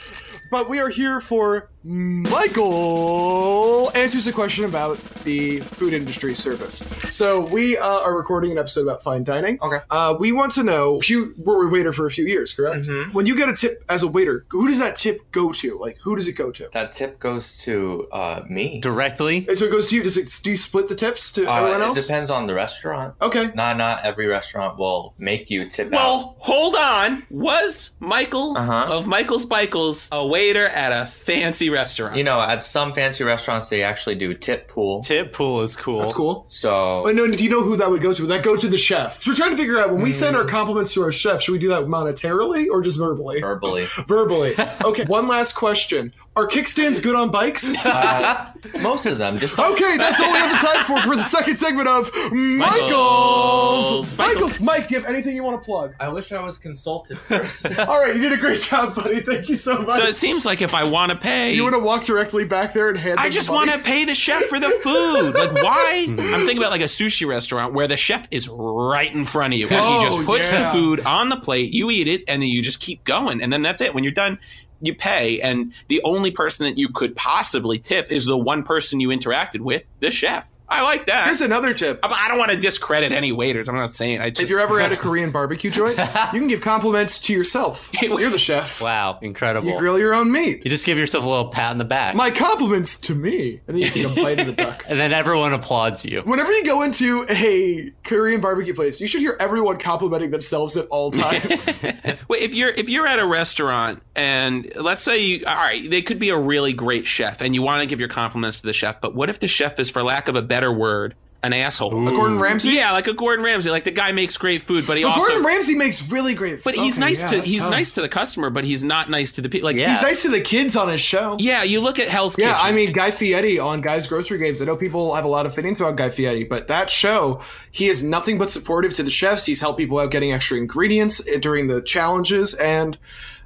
[SPEAKER 1] but we are here for Michael answers a question about the food industry service. So we uh, are recording an episode about fine dining.
[SPEAKER 6] Okay.
[SPEAKER 1] Uh, we want to know you were a waiter for a few years, correct?
[SPEAKER 6] Mm-hmm.
[SPEAKER 1] When you get a tip as a waiter, who does that tip go to? Like, who does it go to?
[SPEAKER 6] That tip goes to uh, me.
[SPEAKER 2] Directly?
[SPEAKER 1] And so it goes to you. Does it? Do you split the tips to
[SPEAKER 6] Uh,
[SPEAKER 1] everyone
[SPEAKER 6] it
[SPEAKER 1] else?
[SPEAKER 6] depends on the restaurant.
[SPEAKER 1] Okay.
[SPEAKER 6] Not not every restaurant will make you tip out.
[SPEAKER 3] Well, hold on. Was Michael
[SPEAKER 6] Uh-huh.
[SPEAKER 3] of Michael's Bikels a waiter at a fancy restaurant?
[SPEAKER 6] You know, at some fancy restaurants they actually do tip pool.
[SPEAKER 2] Tip pool is cool.
[SPEAKER 1] That's cool.
[SPEAKER 6] So
[SPEAKER 1] But no, do you know who that would go to? Would that go to the chef? So we're trying to figure out when we send
[SPEAKER 6] Mm.
[SPEAKER 1] our compliments to our chef, should we do that monetarily or just verbally?
[SPEAKER 6] verbally,
[SPEAKER 1] Verbally. Okay, one last question. Are kickstands good on bikes?
[SPEAKER 6] uh, most of them just
[SPEAKER 1] Okay, that's all we have the time for for the second segment of Michael's.
[SPEAKER 3] Michael's.
[SPEAKER 1] Michael's. Mike, do you have anything you want to plug?
[SPEAKER 6] I wish I was consulted first.
[SPEAKER 1] All right, you did a great job, buddy. Thank you so much.
[SPEAKER 3] so it seems like if I want to pay,
[SPEAKER 1] you want to walk directly back there and hand.
[SPEAKER 3] I
[SPEAKER 1] them
[SPEAKER 3] just
[SPEAKER 1] the money?
[SPEAKER 3] want to pay the chef for the food. Like, why? I'm thinking about like a sushi restaurant where the chef is right in front of you. And he
[SPEAKER 1] Oh,
[SPEAKER 3] just puts
[SPEAKER 1] yeah.
[SPEAKER 3] the food on the plate, you eat it, and then you just keep going. And then that's it. When you're done, you pay. And the only person that you could possibly tip is the one person you interacted with, the chef. I like that.
[SPEAKER 1] Here's another tip.
[SPEAKER 3] I- I don't want to discredit any waiters. I'm not saying. I just,
[SPEAKER 1] If you're ever at a Korean barbecue joint, you can give compliments to yourself. You're the chef.
[SPEAKER 2] Wow, incredible.
[SPEAKER 1] You grill your own meat.
[SPEAKER 2] You just give yourself a little pat on the back.
[SPEAKER 1] My compliments to me. And then you take a bite of the duck.
[SPEAKER 2] and then everyone applauds you.
[SPEAKER 1] Whenever you go into a Korean barbecue place, you should hear everyone complimenting themselves at all times.
[SPEAKER 3] Wait, if you're if you're at a restaurant and let's say you all right, they could be a really great chef and you want to give your compliments to the chef, but what if the chef is for lack of a better word, an asshole?
[SPEAKER 1] Gordon Ramsay?
[SPEAKER 3] Yeah, like a Gordon Ramsay, like the guy makes great food, but he
[SPEAKER 1] But
[SPEAKER 3] also
[SPEAKER 1] Gordon Ramsay makes really great
[SPEAKER 3] but he's
[SPEAKER 1] Okay,
[SPEAKER 3] nice
[SPEAKER 1] yeah,
[SPEAKER 3] to
[SPEAKER 1] that's
[SPEAKER 3] he's
[SPEAKER 1] tough.
[SPEAKER 3] nice to the customer, but he's not nice to the people. Like
[SPEAKER 2] Yeah.
[SPEAKER 1] He's nice to the kids on his show.
[SPEAKER 3] yeah, you look at Hell's
[SPEAKER 1] Yeah,
[SPEAKER 3] Kitchen.
[SPEAKER 1] I mean Guy Fieri on Guy's Grocery Games. I know people have a lot of opinions about Guy Fieri, but that show, he is nothing but supportive to the chefs. He's helped people out getting extra ingredients eh, during the challenges, and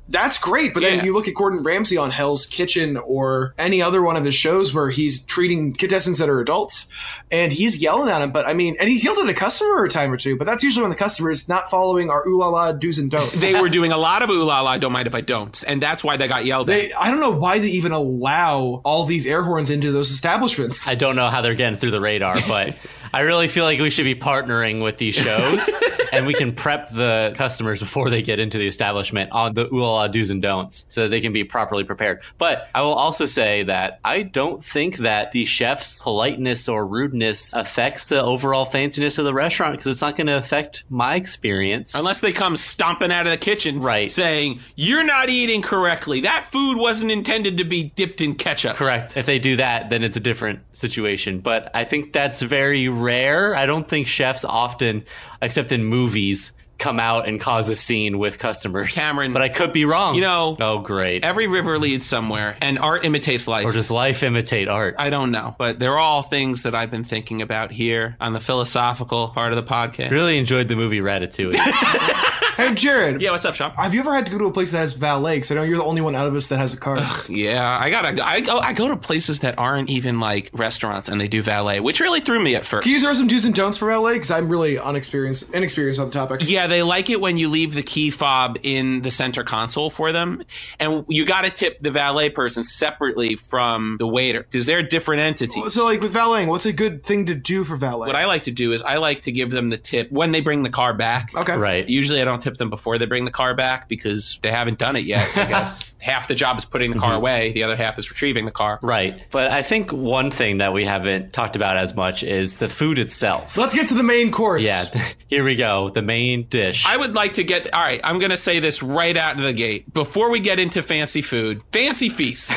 [SPEAKER 1] that's great. But
[SPEAKER 3] Yeah.
[SPEAKER 1] then you look at Gordon Ramsay on Hell's Kitchen or any other one of his shows where he's treating contestants that are adults, and he's yelling at him. But I mean, and he's yelled at a customer a time or two. But that's usually when the customer is not following our ooh la la do's and don'ts.
[SPEAKER 3] they were doing a lot of ooh la la, don't mind if I don't, and that's why they got yelled at.
[SPEAKER 1] They, I don't know why they even allow all these air horns into those establishments.
[SPEAKER 2] I don't know how they're getting through the radar, but I really feel like we should be partnering with these shows and we can prep the customers before they get into the establishment on the ooh la la do's and don'ts so that they can be properly prepared. But I will also say that I don't think that the chef's politeness or rudeness affects the overall fanciness of the restaurant because it's not going to affect my experience.
[SPEAKER 3] Unless they come stomping out of the kitchen,
[SPEAKER 2] Right.
[SPEAKER 3] saying you're not eating correctly. That food wasn't intended to be dipped in ketchup.
[SPEAKER 2] Correct. If they do that, then it's a different situation. But I think that's very rare. I don't think chefs often, except in movies, come out and cause a scene with customers.
[SPEAKER 3] Cameron,
[SPEAKER 2] but I could be wrong.
[SPEAKER 3] you know-
[SPEAKER 2] oh great,
[SPEAKER 3] Every river leads somewhere, and art imitates life.
[SPEAKER 2] or does life imitate art?
[SPEAKER 3] I don't know, but they're all things that I've been thinking about here on the philosophical part of the podcast.
[SPEAKER 2] really enjoyed the movie Ratatouille.
[SPEAKER 1] Hey, Jared.
[SPEAKER 3] Yeah, what's up, Sean?
[SPEAKER 1] Have you ever had to go to a place that has valet? Because I know you're the only one out of us that has a car.
[SPEAKER 3] Yeah, I gotta. I go. I go to places that aren't even like restaurants, and they do valet, which really threw me at first.
[SPEAKER 1] Can you throw some do's and don'ts for valet? Because I'm really unexperienced, inexperienced on the topic.
[SPEAKER 3] Yeah, they like it when you leave the key fob in the center console for them. And you got to tip the valet person separately from the waiter because they're different entities.
[SPEAKER 1] So, like with valeting, what's a good thing to do for valet?
[SPEAKER 3] what I like to do is I like to give them the tip when they bring the car back.
[SPEAKER 1] okay.
[SPEAKER 2] right.
[SPEAKER 3] Usually I don't tip them before they bring the car back because they haven't done it yet. I guess half the job is putting the car away, the other half is retrieving the car.
[SPEAKER 2] Mm-hmm. Right. But I think one thing that we haven't talked about as much is the food itself.
[SPEAKER 1] Let's get to the main course.
[SPEAKER 2] Yeah. Here we go. The main dish.
[SPEAKER 3] I would like to get. All right, I'm going to say this right out of the gate. Before we get into fancy food, fancy feast.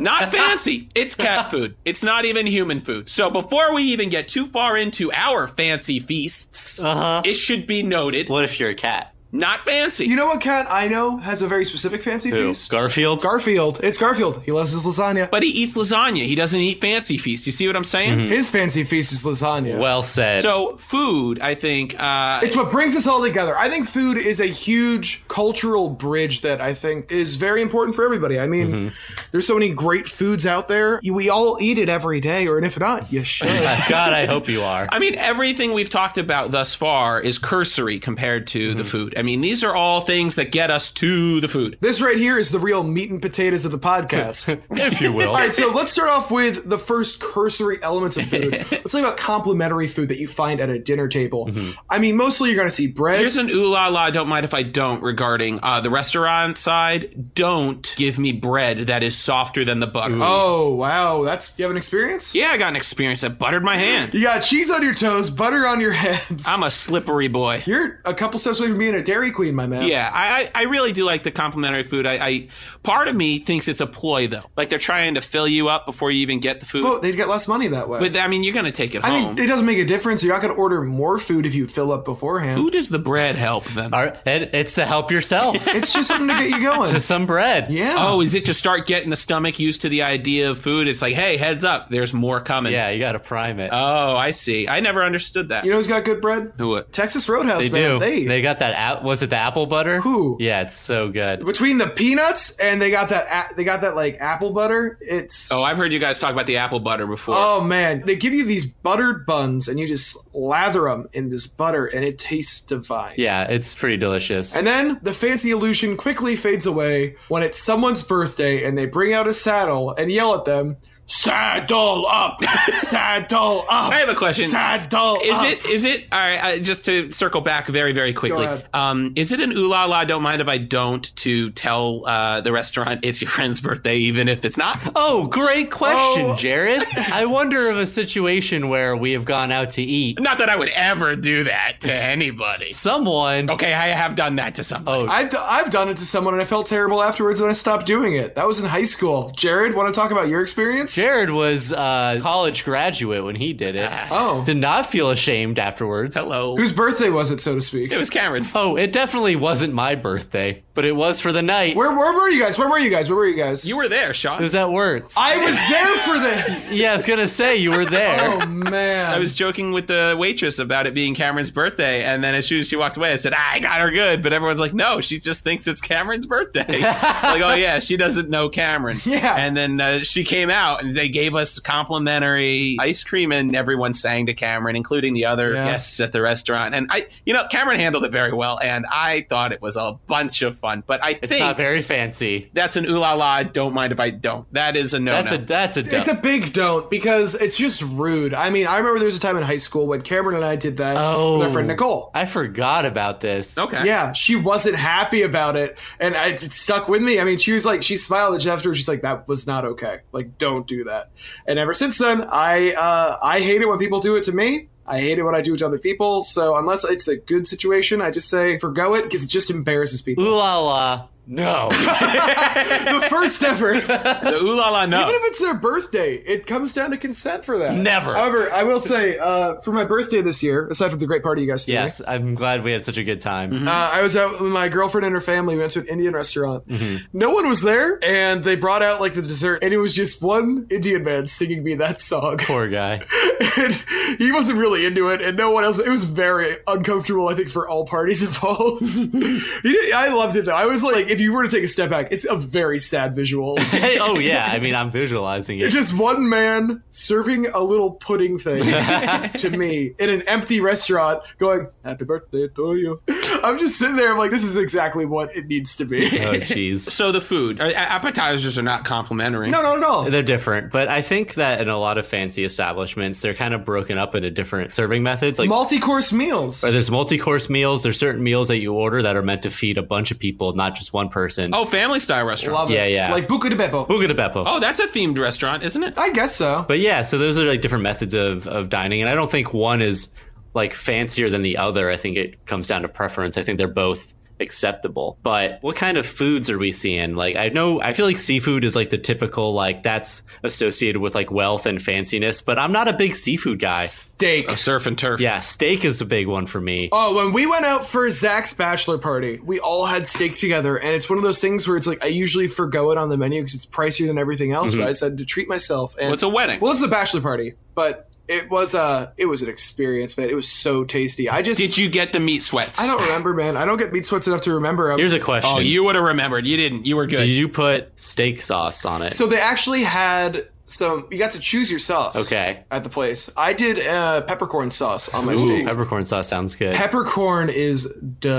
[SPEAKER 3] not fancy. It's cat food. It's not even human food. So before we even get too far into our fancy feasts,
[SPEAKER 2] uh-huh.
[SPEAKER 3] it should be noted
[SPEAKER 2] What if you're a cat?
[SPEAKER 3] not fancy.
[SPEAKER 1] You know what cat I know has a very specific fancy
[SPEAKER 2] Who?
[SPEAKER 1] feast?
[SPEAKER 2] Garfield?
[SPEAKER 1] Garfield. It's Garfield. He loves his lasagna.
[SPEAKER 3] but he eats lasagna. He doesn't eat fancy feast. You see what I'm saying?
[SPEAKER 2] Mm-hmm.
[SPEAKER 1] his fancy feast is lasagna.
[SPEAKER 2] well said.
[SPEAKER 3] So food, I think. Uh,
[SPEAKER 1] It's what brings us all together. I think food is a huge cultural bridge that I think is very important for everybody. I mean,
[SPEAKER 3] Mm-hmm.
[SPEAKER 1] there's so many great foods out there. We all eat it every day, or if not, you should.
[SPEAKER 2] God, I hope you are.
[SPEAKER 3] I mean, everything we've talked about thus far is cursory compared to
[SPEAKER 2] Mhm.
[SPEAKER 3] the food. I mean, these are all things that get us to the food.
[SPEAKER 1] this right here is the real meat and potatoes of the podcast.
[SPEAKER 2] if you will.
[SPEAKER 1] all right, so let's start off with the first cursory elements of food. let's talk about complimentary food that you find at a dinner table. I mean, mostly you're going to see bread.
[SPEAKER 3] Mm-hmm. Here's an ooh la la, don't mind if I don't regarding uh, the restaurant side. Don't give me bread that is softer than the butter. Oh,
[SPEAKER 1] oh, wow. That's you have an experience?
[SPEAKER 3] yeah, I got an experience that buttered my hand.
[SPEAKER 1] You got cheese on your toes, butter on your heads.
[SPEAKER 3] I'm a slippery boy.
[SPEAKER 1] You're a couple steps away from being a Dairy Queen, my man.
[SPEAKER 3] Yeah, I, I I really do like the complimentary food. I, I part of me thinks it's a ploy though, like they're trying to fill you up before you even get the food.
[SPEAKER 1] Oh, they'd get less money that way.
[SPEAKER 3] but I mean, you're gonna take it
[SPEAKER 1] I
[SPEAKER 3] home.
[SPEAKER 1] mean, it doesn't make a difference. You're not going to order more food if you fill up beforehand.
[SPEAKER 3] Who does the bread help then?
[SPEAKER 2] All right, Ed, it's to help yourself
[SPEAKER 1] It's just something to get you going.
[SPEAKER 2] to some bread.
[SPEAKER 1] yeah.
[SPEAKER 3] Oh, is it to start getting the stomach used to the idea of food? It's like, hey, heads up, there's more coming.
[SPEAKER 2] Yeah, you got to prime
[SPEAKER 1] Uh,
[SPEAKER 2] it.
[SPEAKER 3] Oh, I see. I never understood that.
[SPEAKER 1] you know who's got good bread?
[SPEAKER 3] Who would?
[SPEAKER 1] Texas Roadhouse,
[SPEAKER 2] they
[SPEAKER 1] man.
[SPEAKER 2] do. They, got that. Ap- was it the apple butter?
[SPEAKER 1] Who?
[SPEAKER 2] Yeah, it's so good.
[SPEAKER 1] between the peanuts and they got that a- they got that like apple butter. It's
[SPEAKER 3] Oh, I've heard you guys talk about the apple butter before.
[SPEAKER 1] oh man, they give you these buttered buns and you just lather them in this butter and it tastes divine.
[SPEAKER 2] Yeah, it's pretty delicious.
[SPEAKER 1] And then the fancy illusion quickly fades away when it's someone's birthday and they bring out a saddle and yell at them, Saddle up! Saddle up!
[SPEAKER 3] I have a question.
[SPEAKER 1] Saddle
[SPEAKER 3] Is
[SPEAKER 1] up!"
[SPEAKER 3] it? Is it? All right. Uh, just to circle back very, very quickly.
[SPEAKER 1] Go ahead.
[SPEAKER 3] Um, is it an ooh la la? Don't mind if I don't. To tell uh, the restaurant it's your friend's birthday, even if it's not.
[SPEAKER 2] Oh, great question,
[SPEAKER 1] Oh.
[SPEAKER 2] Jared. I wonder of a situation where we have gone out to eat.
[SPEAKER 3] Not that I would ever do that to anybody.
[SPEAKER 2] Someone.
[SPEAKER 1] Oh.
[SPEAKER 3] Okay, I have done that to somebody.
[SPEAKER 2] Oh,
[SPEAKER 1] I've, d- I've done it to someone and I felt terrible afterwards and I stopped doing it. That was in high school. Jared, want to talk about your experience?
[SPEAKER 2] Jared was a college graduate when he did it.
[SPEAKER 1] Oh.
[SPEAKER 2] Did not feel ashamed afterwards.
[SPEAKER 3] Hello.
[SPEAKER 1] Whose birthday was it, so to speak?
[SPEAKER 3] it was Cameron's.
[SPEAKER 2] Oh, it definitely wasn't my birthday, but it was for the night.
[SPEAKER 1] Where, where were you guys? Where were you guys? Where were you guys?
[SPEAKER 3] You were there, Sean.
[SPEAKER 2] it was at Wurt's.
[SPEAKER 1] I was there for this!
[SPEAKER 2] yeah, I was gonna say you were there.
[SPEAKER 1] Oh, man.
[SPEAKER 3] I was joking with the waitress about it being Cameron's birthday, and then as soon as she walked away, I said, "I got her good," but everyone's like, "No, she just thinks it's Cameron's birthday." like, oh yeah, she doesn't know Cameron.
[SPEAKER 1] Yeah.
[SPEAKER 3] And then uh, she came out, and they gave us complimentary ice cream, and everyone sang to Cameron, including the other
[SPEAKER 1] Yeah.
[SPEAKER 3] guests at the restaurant. And I, you know, Cameron handled it very well, and I thought it was a bunch of fun. But I
[SPEAKER 2] It's
[SPEAKER 3] think
[SPEAKER 2] not very fancy.
[SPEAKER 3] that's an ooh la la. Don't mind if I don't. That is a no.
[SPEAKER 2] That's a that's a.
[SPEAKER 1] It's
[SPEAKER 2] dub.
[SPEAKER 1] a big don't because it's just rude. I mean, I remember there was a time in high school when Cameron and I did that
[SPEAKER 2] Oh.
[SPEAKER 1] with our friend Nicole.
[SPEAKER 2] I forgot about this.
[SPEAKER 3] okay.
[SPEAKER 1] Yeah, she wasn't happy about it, and I, it stuck with me. I mean, she was like, she smiled at you after. She's like, "That was not okay. Like, don't do that." And ever since then, I uh, I hate it when people do it to me. I hate it when I do it to other people. So unless it's a good situation, I just say forgo it because it just embarrasses people.
[SPEAKER 2] Ooh la la. No.
[SPEAKER 1] the first ever. Even
[SPEAKER 3] The ooh la la no.
[SPEAKER 1] if it's their birthday, it comes down to consent for that.
[SPEAKER 2] Never.
[SPEAKER 1] However, I will say, uh, for my birthday this year, aside from the great party you guys threw me,
[SPEAKER 2] yes, I'm glad we had such a good time.
[SPEAKER 3] Mm-hmm.
[SPEAKER 1] uh, I was out with my girlfriend and her family. We went to an Indian restaurant.
[SPEAKER 2] Mm-hmm.
[SPEAKER 1] No one was there, and they brought out like the dessert, and it was just one Indian man singing me that song.
[SPEAKER 2] Poor guy.
[SPEAKER 1] and he wasn't really into it, and no one else. It was very uncomfortable, I think, for all parties involved. He did- I loved it though. I was like, if you were to take a step back, it's a very sad visual.
[SPEAKER 2] Hey, oh yeah, I mean I'm visualizing
[SPEAKER 1] It's
[SPEAKER 2] it.
[SPEAKER 1] just one man serving a little pudding thing to me in an empty restaurant, going "Happy birthday to you." I'm just sitting there. I'm like, this is exactly what it needs to be.
[SPEAKER 2] Oh jeez.
[SPEAKER 3] So the food, Uh, appetizers are not complimentary.
[SPEAKER 1] No, no, no.
[SPEAKER 2] They're different, but I think that in a lot of fancy establishments, they're kind of broken up into different serving methods. Like
[SPEAKER 1] Multi-course meals.
[SPEAKER 2] or there's multi-course meals. There's certain meals that you order that are meant to feed a bunch of people, not just one person.
[SPEAKER 3] Oh, family style
[SPEAKER 1] Love
[SPEAKER 3] restaurants.
[SPEAKER 1] it.
[SPEAKER 2] Yeah, yeah.
[SPEAKER 1] Like buca de beppo.
[SPEAKER 2] Buga de Beppo.
[SPEAKER 3] Oh, that's a themed restaurant, isn't it?
[SPEAKER 1] I guess so.
[SPEAKER 2] But yeah, so those are like different methods of of dining, and I don't think one is like fancier than the other. I think it comes down to preference. I think they're both acceptable. But what kind of foods are we seeing? Like I know I feel like seafood is like the typical like that's associated with like wealth and fanciness, but I'm not a big seafood guy.
[SPEAKER 1] Steak.
[SPEAKER 3] A Oh, surf and turf.
[SPEAKER 2] Yeah, steak is a big one for me.
[SPEAKER 1] Oh, when we went out for Zach's bachelor party, we all had steak together, and it's one of those things where it's like I usually forgo it on the menu because it's pricier than everything else. But I decided to treat myself. And
[SPEAKER 3] Well, it's a wedding.
[SPEAKER 1] well, this is a bachelor party, but it was a it was an experience, man. It was so tasty. I just
[SPEAKER 3] Did you get the meat sweats?
[SPEAKER 1] I don't remember, man. I don't get meat sweats enough to remember.
[SPEAKER 2] Here's a question.
[SPEAKER 3] Oh, you would have remembered. You didn't. You were
[SPEAKER 2] Do
[SPEAKER 3] good.
[SPEAKER 2] you put steak sauce on it?
[SPEAKER 1] so they actually had some. You got to choose your sauce.
[SPEAKER 2] Okay.
[SPEAKER 1] At the place, I did uh, peppercorn sauce on my
[SPEAKER 2] Ooh,
[SPEAKER 1] steak.
[SPEAKER 2] peppercorn sauce sounds good.
[SPEAKER 1] peppercorn is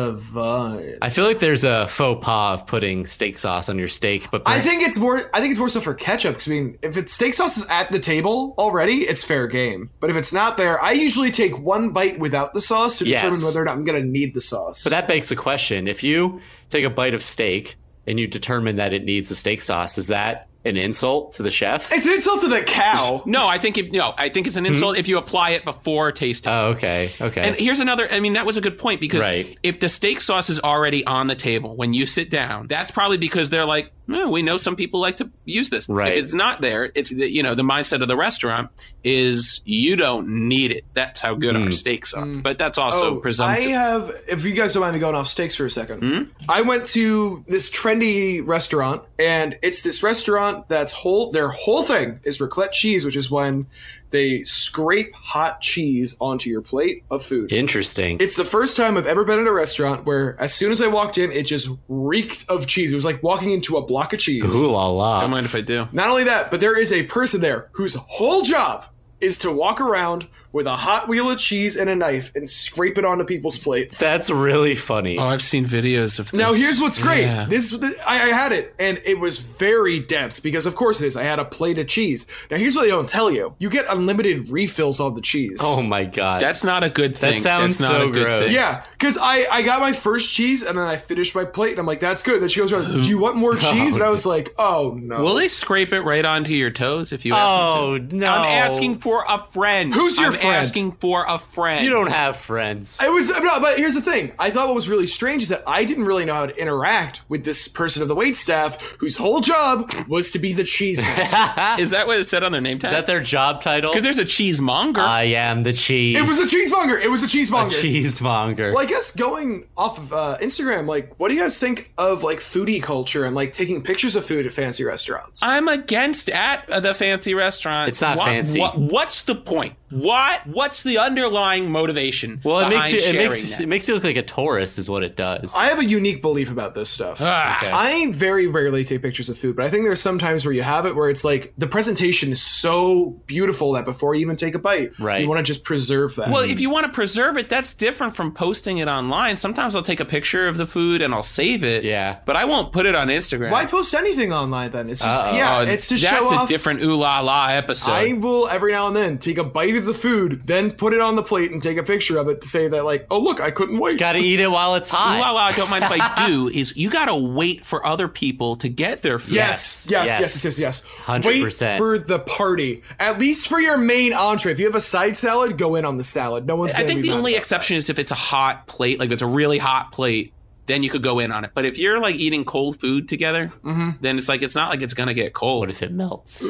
[SPEAKER 1] divine.
[SPEAKER 2] I feel like there's a faux pas of putting steak sauce on your steak, but
[SPEAKER 1] I think it's more. I think it's more so for ketchup. 'cause, I mean, if it's steak sauce is at the table already, it's fair game. But if it's not there, I usually take one bite without the sauce to
[SPEAKER 2] Yes.
[SPEAKER 1] determine whether or not I'm going to need the sauce.
[SPEAKER 2] But that begs the question: If you take a bite of steak and you determine that it needs a steak sauce, is that an insult to the chef?
[SPEAKER 1] it's an insult to the cow.
[SPEAKER 3] No, I think if no, I think it's an insult
[SPEAKER 1] Mm-hmm.
[SPEAKER 3] if you apply it before taste test.
[SPEAKER 2] Oh, okay, okay.
[SPEAKER 3] and here's another. I mean, that was a good point because
[SPEAKER 2] Right.
[SPEAKER 3] if the steak sauce is already on the table when you sit down, that's probably because they're like, no, we know some people like to use this.
[SPEAKER 2] Right.
[SPEAKER 3] If it's not there, it's the- you know the mindset of the restaurant is you don't need it. That's how good
[SPEAKER 2] Hmm.
[SPEAKER 3] our steaks are. But that's also
[SPEAKER 1] Oh, I
[SPEAKER 3] presumptive. Hmm?
[SPEAKER 1] have. If you guys don't mind me going off steaks for a 2nd I went to this trendy restaurant, and it's this restaurant that's whole. Their whole thing is raclette cheese, which is when they scrape hot cheese onto your plate of food.
[SPEAKER 2] Interesting.
[SPEAKER 1] It's the first time I've ever been at a restaurant where, as soon as I walked in, it just reeked of cheese. It was like walking into a block of cheese.
[SPEAKER 2] Ooh la la.
[SPEAKER 3] I don't mind if I do.
[SPEAKER 1] Not only that, but there is a person there whose whole job is to walk around with a hot wheel of cheese and a knife and scrape it onto people's plates.
[SPEAKER 2] That's really funny.
[SPEAKER 3] Oh, I've seen videos of. This.
[SPEAKER 1] now here's what's great.
[SPEAKER 3] Yeah.
[SPEAKER 1] This, th I, I had it, and it was very dense because, of course, it is. I had a plate of cheese. Now here's what they don't tell you: you get unlimited refills of the cheese.
[SPEAKER 2] oh my god.
[SPEAKER 3] That's not a good thing.
[SPEAKER 2] sounds
[SPEAKER 3] That's not
[SPEAKER 2] so
[SPEAKER 3] a good
[SPEAKER 2] gross.
[SPEAKER 3] Thing.
[SPEAKER 1] Yeah, because I, I got my first cheese and then I finished my plate and I'm like, that's good. Then she goes, Do you want more cheese? And I was like, Oh no.
[SPEAKER 3] Will they scrape it right onto your toes if you ask
[SPEAKER 2] oh
[SPEAKER 3] them to?
[SPEAKER 2] no.
[SPEAKER 3] I'm asking for a friend.
[SPEAKER 1] Who's your
[SPEAKER 3] I'm
[SPEAKER 1] friend?
[SPEAKER 3] asking for a friend.
[SPEAKER 2] You don't have friends.
[SPEAKER 1] it was no, but here's the thing. I thought what was really strange is that I didn't really know how to interact with this person of the wait staff whose whole job was to be the cheese master.
[SPEAKER 3] Is that what it said on their name
[SPEAKER 2] Is
[SPEAKER 3] tag?
[SPEAKER 2] that their job title?
[SPEAKER 3] Because there's a cheesemonger.
[SPEAKER 2] I am the cheese.
[SPEAKER 1] it was a cheesemonger. It was a
[SPEAKER 2] A
[SPEAKER 1] cheesemonger.
[SPEAKER 2] cheesemonger.
[SPEAKER 1] Well, I guess going off of uh, Instagram, like, what do you guys think of like foodie culture and like taking pictures of food at fancy restaurants?
[SPEAKER 3] I'm against at the fancy restaurant.
[SPEAKER 2] It's not
[SPEAKER 3] Wha-
[SPEAKER 2] fancy.
[SPEAKER 3] wha- what's the point? What? What's the underlying motivation?
[SPEAKER 2] Well, it makes
[SPEAKER 3] behind
[SPEAKER 2] you it
[SPEAKER 3] sharing
[SPEAKER 2] makes,
[SPEAKER 3] that?
[SPEAKER 2] it makes you look like a tourist, is what it does.
[SPEAKER 1] I have a unique belief about this stuff.
[SPEAKER 3] Ah.
[SPEAKER 2] Okay.
[SPEAKER 1] I very rarely take pictures of food, but I think there's some times where you have it where it's like the presentation is so beautiful that before you even take a bite,
[SPEAKER 2] Right.
[SPEAKER 1] you want to just preserve that.
[SPEAKER 3] Well, if you want to preserve it, that's different from posting it online. Sometimes I'll take a picture of the food and I'll save it.
[SPEAKER 2] Yeah.
[SPEAKER 3] But I won't put it on Instagram.
[SPEAKER 1] why post anything online then? It's just yeah,
[SPEAKER 3] Oh,
[SPEAKER 1] it's to show
[SPEAKER 3] that's a
[SPEAKER 1] off.
[SPEAKER 3] different ooh la la episode.
[SPEAKER 1] I will every now and then take a bite of the food, then put it on the plate and take a picture of it to say that like, oh look, I couldn't wait.
[SPEAKER 2] Gotta eat it while it's hot.
[SPEAKER 3] Ooh la la, don't mind if I do, is you gotta wait for other people to get their food.
[SPEAKER 1] Yes, yes, yes,
[SPEAKER 2] yes.
[SPEAKER 1] yes, yes, yes.
[SPEAKER 2] 100%.
[SPEAKER 1] Wait for the party. At least for your main entree. If you have a side salad, go in on the salad. No one's.
[SPEAKER 3] I
[SPEAKER 1] gonna
[SPEAKER 3] think
[SPEAKER 1] be
[SPEAKER 3] the
[SPEAKER 1] mad
[SPEAKER 3] only
[SPEAKER 1] about that.
[SPEAKER 3] exception is if it's a hot plate, like it's a really hot plate, then you could go in on it. But if you're like eating cold food together,
[SPEAKER 1] Mm-hmm.
[SPEAKER 3] then it's like it's not like it's gonna get
[SPEAKER 2] What
[SPEAKER 3] cold.
[SPEAKER 2] if it melts?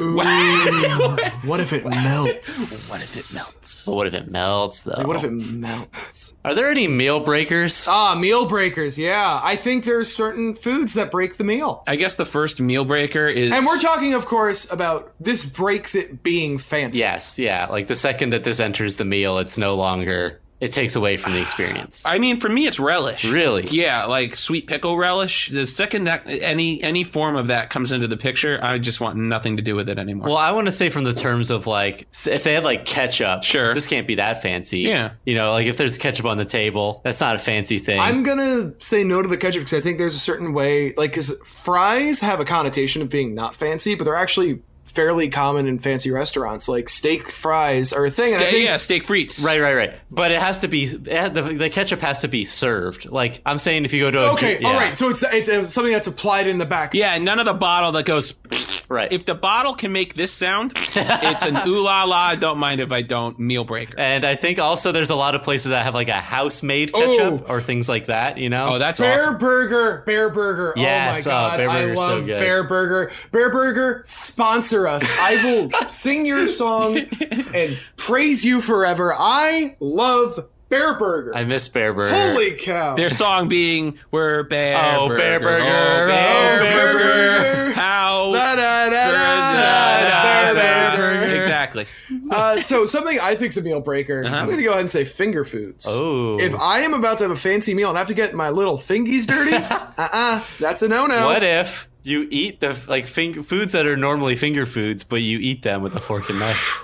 [SPEAKER 1] what if it melts? What if it melts? Oh.
[SPEAKER 2] But what if it melts though?
[SPEAKER 1] What if it melts?
[SPEAKER 2] Are there any meal breakers?
[SPEAKER 1] Ah, meal breakers. Yeah, I think there's certain foods that break the meal.
[SPEAKER 3] I guess the first meal breaker is
[SPEAKER 1] And we're talking, of course, about this breaks it being fancy.
[SPEAKER 2] yes, yeah. Like the second that this enters the meal, it's no longer. It takes away from the experience.
[SPEAKER 3] I mean, for me, it's relish.
[SPEAKER 2] Really?
[SPEAKER 3] Yeah, like sweet pickle relish. The second that any any form of that comes into the picture, I just want nothing to do with it anymore.
[SPEAKER 2] Well, I want to say from the terms of like, s- if they had like ketchup,
[SPEAKER 3] Sure.
[SPEAKER 2] this can't be that fancy.
[SPEAKER 3] Yeah.
[SPEAKER 2] you know, like if there's ketchup on the table, that's not a fancy thing.
[SPEAKER 1] I'm gonna say no to the ketchup because I think there's a certain way, like, because fries have a connotation of being not fancy, but they're actually fairly common in fancy restaurants. Like steak fries are a thing. and I
[SPEAKER 3] Ste-
[SPEAKER 1] think
[SPEAKER 3] yeah, steak frites.
[SPEAKER 2] Right, right, right. But it has to be it had- the, the ketchup has to be served. Like I'm saying, if you go to a,
[SPEAKER 1] Okay,
[SPEAKER 2] yeah,
[SPEAKER 1] all right. So it's it's uh, something that's applied in the back.
[SPEAKER 3] Yeah, none of the bottle that goes.
[SPEAKER 2] right.
[SPEAKER 3] If the bottle can make this sound, it's an ooh la la. Don't mind if I don't meal breaker.
[SPEAKER 2] and I think also there's a lot of places that have like a house made ketchup
[SPEAKER 1] Oh.
[SPEAKER 2] or things like that. You know,
[SPEAKER 3] Oh, that's
[SPEAKER 1] Bear
[SPEAKER 3] awesome.
[SPEAKER 1] Burger, Bear Burger. oh my
[SPEAKER 2] Yes, oh,
[SPEAKER 1] god,
[SPEAKER 2] Bear
[SPEAKER 1] I
[SPEAKER 2] Burger's so
[SPEAKER 1] love
[SPEAKER 2] good.
[SPEAKER 1] Bear Burger. Bear Burger, sponsor us. I will sing your song and praise you forever. I love Bear Burger.
[SPEAKER 2] I miss Bear Burger.
[SPEAKER 1] Holy cow!
[SPEAKER 3] Their song being "We're Bear
[SPEAKER 2] Oh,
[SPEAKER 3] Burger,
[SPEAKER 2] Bear Burger,
[SPEAKER 3] oh Bear,
[SPEAKER 1] oh, Bear
[SPEAKER 3] Burger,
[SPEAKER 1] Burger.
[SPEAKER 3] how
[SPEAKER 1] Da, da, da, da, da, Bear Burger.
[SPEAKER 3] exactly."
[SPEAKER 1] Uh, so something I think's a meal breaker.
[SPEAKER 3] Uh-huh.
[SPEAKER 1] I'm going to go ahead and say finger foods.
[SPEAKER 2] Oh,
[SPEAKER 1] If I am about to have a fancy meal and I have to get my little thingies dirty, uh-uh, that's a no-no.
[SPEAKER 2] what if you eat the like fing- foods that are normally finger foods, but you eat them with a fork and knife?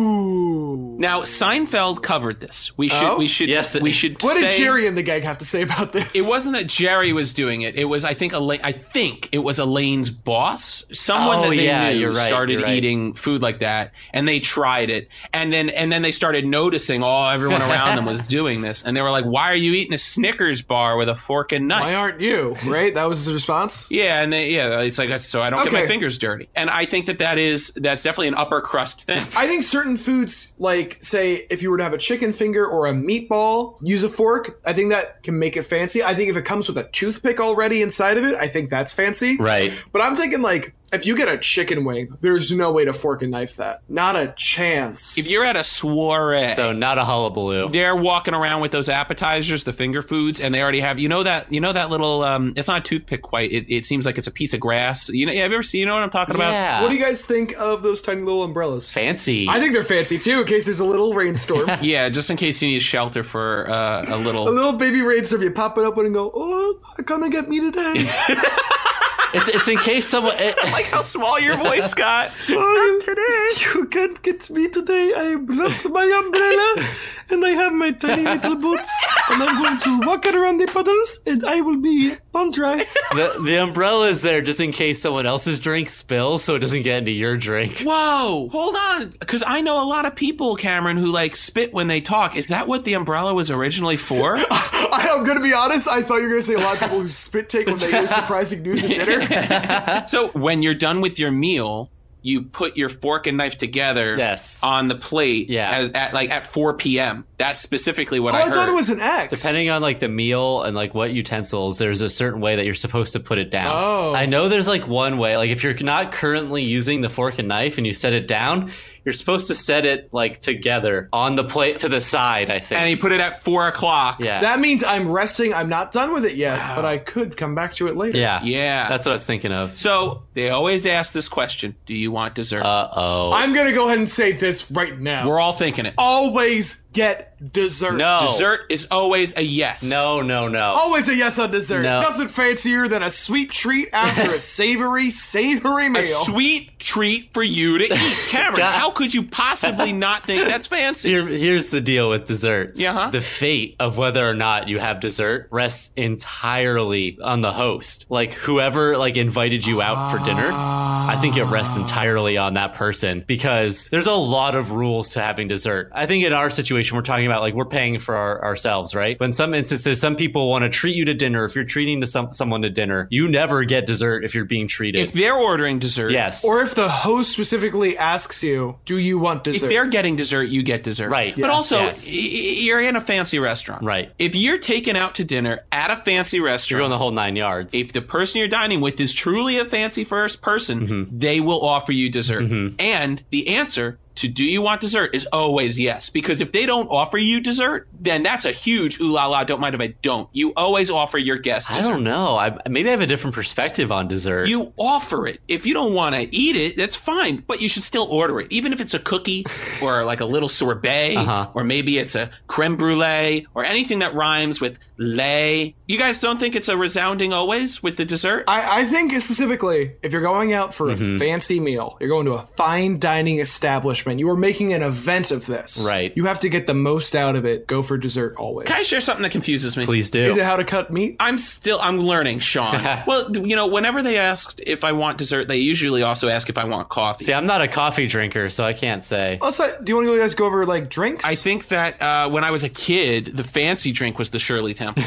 [SPEAKER 1] Ooh.
[SPEAKER 3] Now Seinfeld covered this. We should
[SPEAKER 1] Oh?
[SPEAKER 3] we should
[SPEAKER 2] Yes, it-
[SPEAKER 3] we should
[SPEAKER 1] What did
[SPEAKER 3] say-
[SPEAKER 1] Jerry and the gang have to say about this?
[SPEAKER 3] It wasn't that Jerry was doing it. It was I think Elaine, I think it was Elaine's boss, someone
[SPEAKER 2] Oh,
[SPEAKER 3] that they
[SPEAKER 2] yeah,
[SPEAKER 3] knew
[SPEAKER 2] you're right,
[SPEAKER 3] started
[SPEAKER 2] you're right.
[SPEAKER 3] eating food like that, and they tried it, and then and then they started noticing all everyone around them was doing this, and they were like, "Why are you eating a Snickers bar with a fork and knife?"
[SPEAKER 1] Why aren't you? Right? That was his response.
[SPEAKER 3] Yeah, and they, yeah, it's like so I don't get my
[SPEAKER 1] Okay.
[SPEAKER 3] fingers dirty, and I think that that is that's definitely an upper crust thing.
[SPEAKER 1] I think certain foods, like say, if you were to have a chicken finger or a meatball, use a fork. I think that can make it fancy. I think if it comes with a toothpick already inside of it, I think that's fancy.
[SPEAKER 2] Right.
[SPEAKER 1] But I'm thinking like if you get a chicken wing, there's no way to fork and knife that. Not a chance.
[SPEAKER 3] If you're at a soiree,
[SPEAKER 2] So not a hullabaloo.
[SPEAKER 3] they're walking around with those appetizers, the finger foods, and they already have you know that you know that little um it's not a toothpick quite. It, it seems like it's a piece of grass. You know, have you ever seen you know what I'm talking about?
[SPEAKER 2] Yeah.
[SPEAKER 1] what do you guys think of those tiny little umbrellas?
[SPEAKER 2] fancy?
[SPEAKER 1] I think they're fancy too, in case there's a little rainstorm.
[SPEAKER 3] Yeah, just in case you need shelter for uh, a little.
[SPEAKER 1] a little baby rainstorm, you pop it open and go, Oh, not gonna get me today.
[SPEAKER 2] it's it's in case someone. it-
[SPEAKER 1] Oh
[SPEAKER 3] like how small your voice got.
[SPEAKER 1] You can't get me today. I brought my umbrella and I have my tiny little boots and I'm going to walk around the puddles and I will be on dry.
[SPEAKER 2] the, the umbrella is there just in case someone else's drink spills so it doesn't get into your drink.
[SPEAKER 3] Whoa, hold on, because I know a lot of people, Cameron, who like spit when they talk. Is that what the umbrella was originally for?
[SPEAKER 1] I, am gonna be honest, I thought you were gonna say a lot of people who spit take when they hear surprising news at dinner.
[SPEAKER 3] so when you're done with your meal, you put your fork and knife together.
[SPEAKER 2] Yes.
[SPEAKER 3] On the plate,
[SPEAKER 2] Yeah.
[SPEAKER 3] as- at, like at 4 p.m. That's specifically what
[SPEAKER 1] Oh,
[SPEAKER 3] I
[SPEAKER 1] I
[SPEAKER 3] heard.
[SPEAKER 1] thought it was an X.
[SPEAKER 2] Depending on like the meal and like what utensils, there's a certain way that you're supposed to put it down.
[SPEAKER 1] Oh.
[SPEAKER 2] I know there's like one way. Like if you're not currently using the fork and knife and you set it down, you're supposed to set it like together on the plate to the side, I think.
[SPEAKER 3] and he put it at four o'clock.
[SPEAKER 2] yeah.
[SPEAKER 1] That means I'm resting. I'm not done with it yet, but I could come back to it later.
[SPEAKER 2] yeah.
[SPEAKER 3] Yeah.
[SPEAKER 2] That's what I was thinking of.
[SPEAKER 3] so they always ask this question: Do you want dessert?
[SPEAKER 2] Uh oh.
[SPEAKER 1] I'm gonna go ahead and say this right now.
[SPEAKER 3] We're all thinking it.
[SPEAKER 1] always get dessert.
[SPEAKER 2] No.
[SPEAKER 3] Dessert is always a yes.
[SPEAKER 2] Oh. No, no, no.
[SPEAKER 1] Always a yes on dessert.
[SPEAKER 2] No.
[SPEAKER 1] Nothing fancier than a sweet treat after a savory, savory meal.
[SPEAKER 3] A sweet treat for you to eat, Cameron.
[SPEAKER 2] God.
[SPEAKER 3] how could you possibly not think that's fancy?
[SPEAKER 2] Here, here's the deal with desserts.
[SPEAKER 3] Yeah, huh?
[SPEAKER 2] The fate of whether or not you have dessert rests entirely on the host. Like whoever like invited you out for dinner. I think it rests entirely on that person because there's a lot of rules to having dessert. I think in our situation, we're talking about like we're paying for our, ourselves, right? But in some instances, some people want to treat you to dinner. If you're treating to some, someone to dinner, you never get dessert if you're being treated.
[SPEAKER 3] If they're ordering dessert,
[SPEAKER 2] yes.
[SPEAKER 1] Or if the host specifically asks you, "Do you want
[SPEAKER 3] If
[SPEAKER 1] dessert?"
[SPEAKER 3] they're getting dessert, you get dessert.
[SPEAKER 2] Right.
[SPEAKER 3] But
[SPEAKER 2] Yeah.
[SPEAKER 3] also,
[SPEAKER 2] Yes.
[SPEAKER 3] y- y- you're in a fancy restaurant.
[SPEAKER 2] Right.
[SPEAKER 3] If you're taken out to dinner at a fancy
[SPEAKER 2] you're
[SPEAKER 3] restaurant,
[SPEAKER 2] going the whole nine yards.
[SPEAKER 3] if the person you're dining with is truly a fancy first person,
[SPEAKER 2] Mm-hmm.
[SPEAKER 3] they will offer you dessert. And the answer to do you want dessert is always yes. Because if they don't offer you dessert, then that's a huge ooh la la, don't mind if I don't. You always offer your guest
[SPEAKER 2] I
[SPEAKER 3] dessert.
[SPEAKER 2] don't know. I, maybe I have a different perspective on dessert.
[SPEAKER 3] You offer it. If you don't want to eat it, that's fine, but you should still order it. Even if it's a cookie or like a little sorbet
[SPEAKER 2] Uh-huh.
[SPEAKER 3] or maybe it's a creme brulee or anything that rhymes with lay. You guys don't think it's a resounding always with the dessert?
[SPEAKER 2] Uh,
[SPEAKER 1] I, I think specifically, if you're going out for
[SPEAKER 3] Mm-hmm.
[SPEAKER 1] a fancy meal, you're going to a fine dining establishment, you are making an event of this.
[SPEAKER 2] Right.
[SPEAKER 1] You have to get the most out of it. Go for dessert always.
[SPEAKER 3] Can I share something that confuses me?
[SPEAKER 2] Please do.
[SPEAKER 1] Is it how to cut meat?
[SPEAKER 3] I'm still I'm learning, Sean. well, th- you know, whenever they asked if I want dessert, they usually also ask if I want coffee.
[SPEAKER 2] See, I'm not a coffee drinker, so I can't say.
[SPEAKER 1] Also, do you want to go guys go over like drinks?
[SPEAKER 3] I think that uh, when I was a kid, the fancy drink was the Shirley Temple.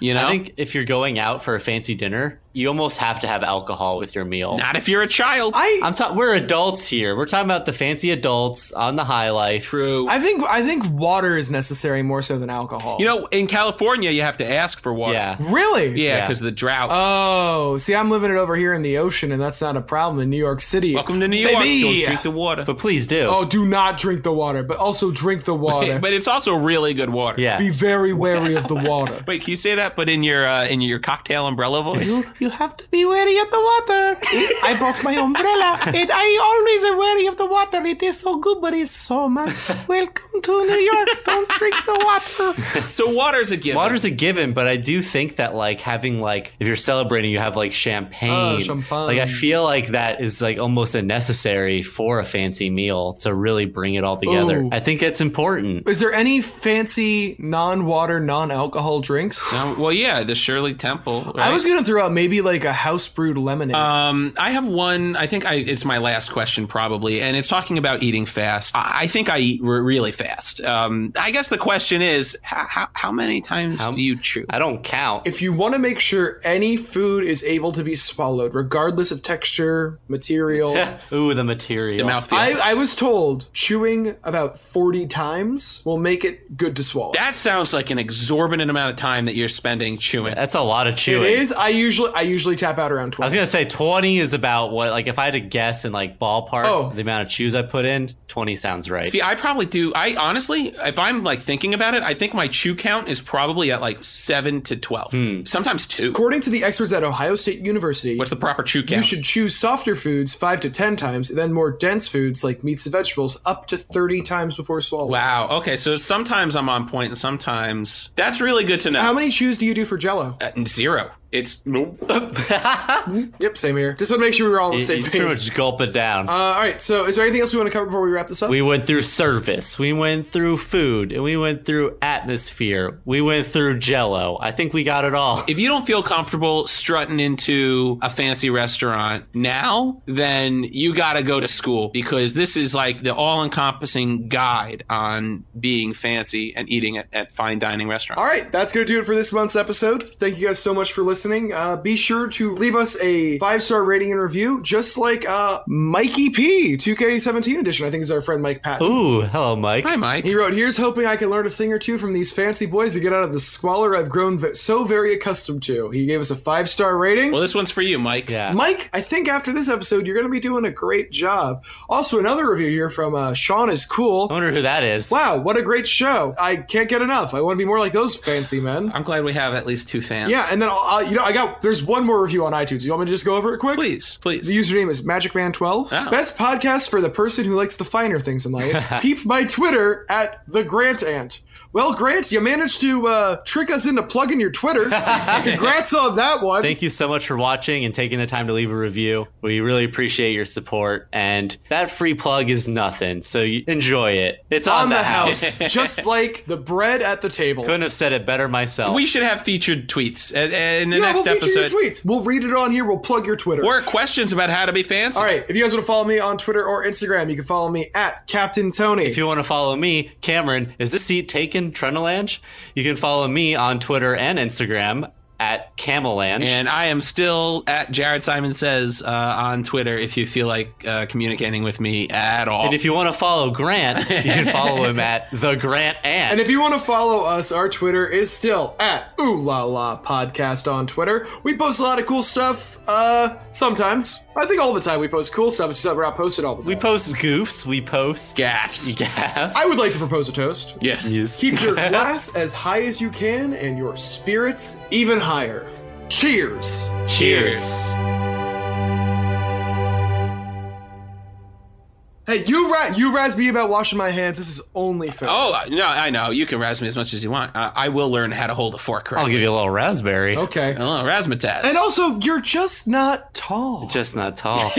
[SPEAKER 3] you know,
[SPEAKER 2] I think if you're going out for a fancy dinner, you almost have to have alcohol with your meal.
[SPEAKER 3] not if you're a child.
[SPEAKER 1] I
[SPEAKER 2] I'm talking. We're adults here. We're talking about the fancy adults on the high life.
[SPEAKER 3] True.
[SPEAKER 1] I think I think water is necessary more so than alcohol.
[SPEAKER 3] you know, in California, you have to ask for water.
[SPEAKER 2] Yeah.
[SPEAKER 1] really?
[SPEAKER 3] yeah,
[SPEAKER 2] Yeah.
[SPEAKER 3] because of the drought.
[SPEAKER 1] Oh, see, I'm living it over here in the ocean, and that's not a problem in New York City.
[SPEAKER 3] Welcome to New York.
[SPEAKER 1] Baby!
[SPEAKER 3] Don't drink the water.
[SPEAKER 2] But please do.
[SPEAKER 1] Oh, do not drink the water, but also drink the water.
[SPEAKER 3] but it's also really good water.
[SPEAKER 2] yeah.
[SPEAKER 1] Be very wary of the water.
[SPEAKER 3] Wait, can you say that? But in your uh, in your cocktail umbrella voice.
[SPEAKER 1] You have to be wary of the water. I brought my umbrella. It, I always am wary of the water. It is so good, but it's so much. Welcome to New York. Don't drink the water.
[SPEAKER 3] So water's a given.
[SPEAKER 2] Water's a given, but I do think that like having like if you're celebrating, you have like champagne.
[SPEAKER 1] Oh, champagne.
[SPEAKER 2] Like I feel like that is like almost unnecessary for a fancy meal to really bring it all together.
[SPEAKER 1] Ooh.
[SPEAKER 2] I think it's important.
[SPEAKER 1] Is there any fancy non-water, non-alcohol drinks?
[SPEAKER 3] No, Uh, well, yeah, the Shirley Temple.
[SPEAKER 1] I
[SPEAKER 3] right?
[SPEAKER 1] was gonna throw out maybe like a house brewed lemonade.
[SPEAKER 3] Um, I have one. I think I, it's my last question probably, and it's talking about eating fast. I, I think I eat re- really fast. Um, I guess the question is, how, how, how many times
[SPEAKER 2] How-
[SPEAKER 3] do you chew?
[SPEAKER 2] I don't count.
[SPEAKER 1] if you want to make sure any food is able to be swallowed, regardless of texture, material,
[SPEAKER 2] Ooh, the material.
[SPEAKER 3] The mouthfeel.
[SPEAKER 1] I, I was told chewing about 40 times will make it good to swallow.
[SPEAKER 3] that sounds like an exorbitant amount of time that you're spending chewing.
[SPEAKER 2] That's a lot of
[SPEAKER 1] It
[SPEAKER 2] chewing.
[SPEAKER 1] is. I usually I usually tap out around
[SPEAKER 2] I was
[SPEAKER 1] twelve.
[SPEAKER 2] gonna say twenty is about what like if I had to guess in like ballpark
[SPEAKER 1] Oh.
[SPEAKER 2] the amount of chews I put in, twenty sounds right.
[SPEAKER 3] See, I probably do. I honestly, if I'm like thinking about it, I think my chew count is probably at like seven to twelve,
[SPEAKER 1] Hmm.
[SPEAKER 3] sometimes two.
[SPEAKER 1] According to the experts at Ohio State University,
[SPEAKER 3] What's the proper chew count?
[SPEAKER 1] you should choose softer foods five to ten times, and then more dense foods like meats and vegetables up to thirty times before swallowing.
[SPEAKER 3] Wow. Okay. So sometimes I'm on point, and sometimes that's really good to know.
[SPEAKER 1] How many chews do you do for Jello?
[SPEAKER 3] Uh, zero. It's
[SPEAKER 1] Yep, same here. Just want to make sure we were all on the
[SPEAKER 2] you,
[SPEAKER 1] same
[SPEAKER 2] you just pretty
[SPEAKER 1] page.
[SPEAKER 2] much gulp it down.
[SPEAKER 1] Uh, all right. So, is there anything else we want to cover before we wrap this up?
[SPEAKER 2] we went through service, we went through food, and we went through atmosphere, we went through jello. I think we got it all.
[SPEAKER 3] if you don't feel comfortable strutting into a fancy restaurant now, then you got to go to school because this is like the all encompassing guide on being fancy and eating at, at fine dining restaurants.
[SPEAKER 1] All right, that's going to do it for this month's episode. Thank you guys so much for listening. Uh, be sure to leave us a five star rating and review, just like uh, Mikey P, 2K17 edition. I think is our friend Mike Patton.
[SPEAKER 2] Ooh, hello, Mike.
[SPEAKER 3] Hi, Mike.
[SPEAKER 1] He wrote, "Here's hoping I can learn a thing or two from these fancy boys to get out of the squalor I've grown v- so very accustomed to." He gave us a five star rating.
[SPEAKER 3] Well, this one's for you, Mike.
[SPEAKER 2] Yeah.
[SPEAKER 1] Mike, I think after this episode, you're going to be doing a great job. Also, another review here from uh, Sean is
[SPEAKER 2] I
[SPEAKER 1] cool.
[SPEAKER 2] wonder who that is.
[SPEAKER 1] Wow, what a great show! I can't get enough. I want to be more like those fancy men.
[SPEAKER 3] I'm glad we have at least two fans.
[SPEAKER 1] Yeah, and then I'll, I'll, you know I got there's one more review on iTunes. You want me to just go over it quick?
[SPEAKER 3] Please, please.
[SPEAKER 1] The username is MagicMan12.
[SPEAKER 3] Oh.
[SPEAKER 1] Best podcast for the person who likes the finer things in life. Peep my Twitter at the Grant Ant. Well, Grant, you managed to uh, trick us into plugging your Twitter. Congrats on that one.
[SPEAKER 2] Thank you so much for watching and taking the time to leave a review. We really appreciate your support. And that free plug is nothing, so you enjoy it. It's on,
[SPEAKER 1] on the house, just like the bread at the table.
[SPEAKER 2] Couldn't have said it better myself.
[SPEAKER 3] We should have featured tweets uh, uh, in the
[SPEAKER 1] yeah,
[SPEAKER 3] next
[SPEAKER 1] we'll feature
[SPEAKER 3] episode.
[SPEAKER 1] your tweets. We'll read it on here. We'll plug your Twitter.
[SPEAKER 3] Or questions about how to be fancy.
[SPEAKER 1] All right. If you guys want to follow me on Twitter or Instagram, you can follow me at Captain Tony.
[SPEAKER 2] If you want to follow me, Cameron, is this seat taken, Trenelange? You can follow me on Twitter and Instagram at Camelange.
[SPEAKER 3] And I am still at Jared Simon Says uh, on Twitter if you feel like uh, communicating with me at all.
[SPEAKER 2] and if you want to follow Grant, you can follow him at the Grant Ant.
[SPEAKER 1] And if you want to follow us, our Twitter is still at Ooh La La Podcast on Twitter. We post a lot of cool stuff. Uh, sometimes I think all the time we post cool stuff. It's just that we're not posted all the time.
[SPEAKER 2] we post goofs, we post
[SPEAKER 3] Gaffs.
[SPEAKER 2] gaffs.
[SPEAKER 1] I would like to propose a toast.
[SPEAKER 3] Yes.
[SPEAKER 2] Yes.
[SPEAKER 1] Keep your glass as high as you can and your spirits even higher. Cheers.
[SPEAKER 3] Cheers.
[SPEAKER 1] Hey, you ra- you razz me about washing my hands. This is only fair.
[SPEAKER 3] Oh, no, I know. You can razz me as much as you want. Uh, I will learn how to hold a fork
[SPEAKER 2] I'll
[SPEAKER 3] correctly.
[SPEAKER 2] give you a little raspberry.
[SPEAKER 1] Okay.
[SPEAKER 3] A little razzmatazz.
[SPEAKER 1] And also, you're just not tall.
[SPEAKER 2] Just not tall.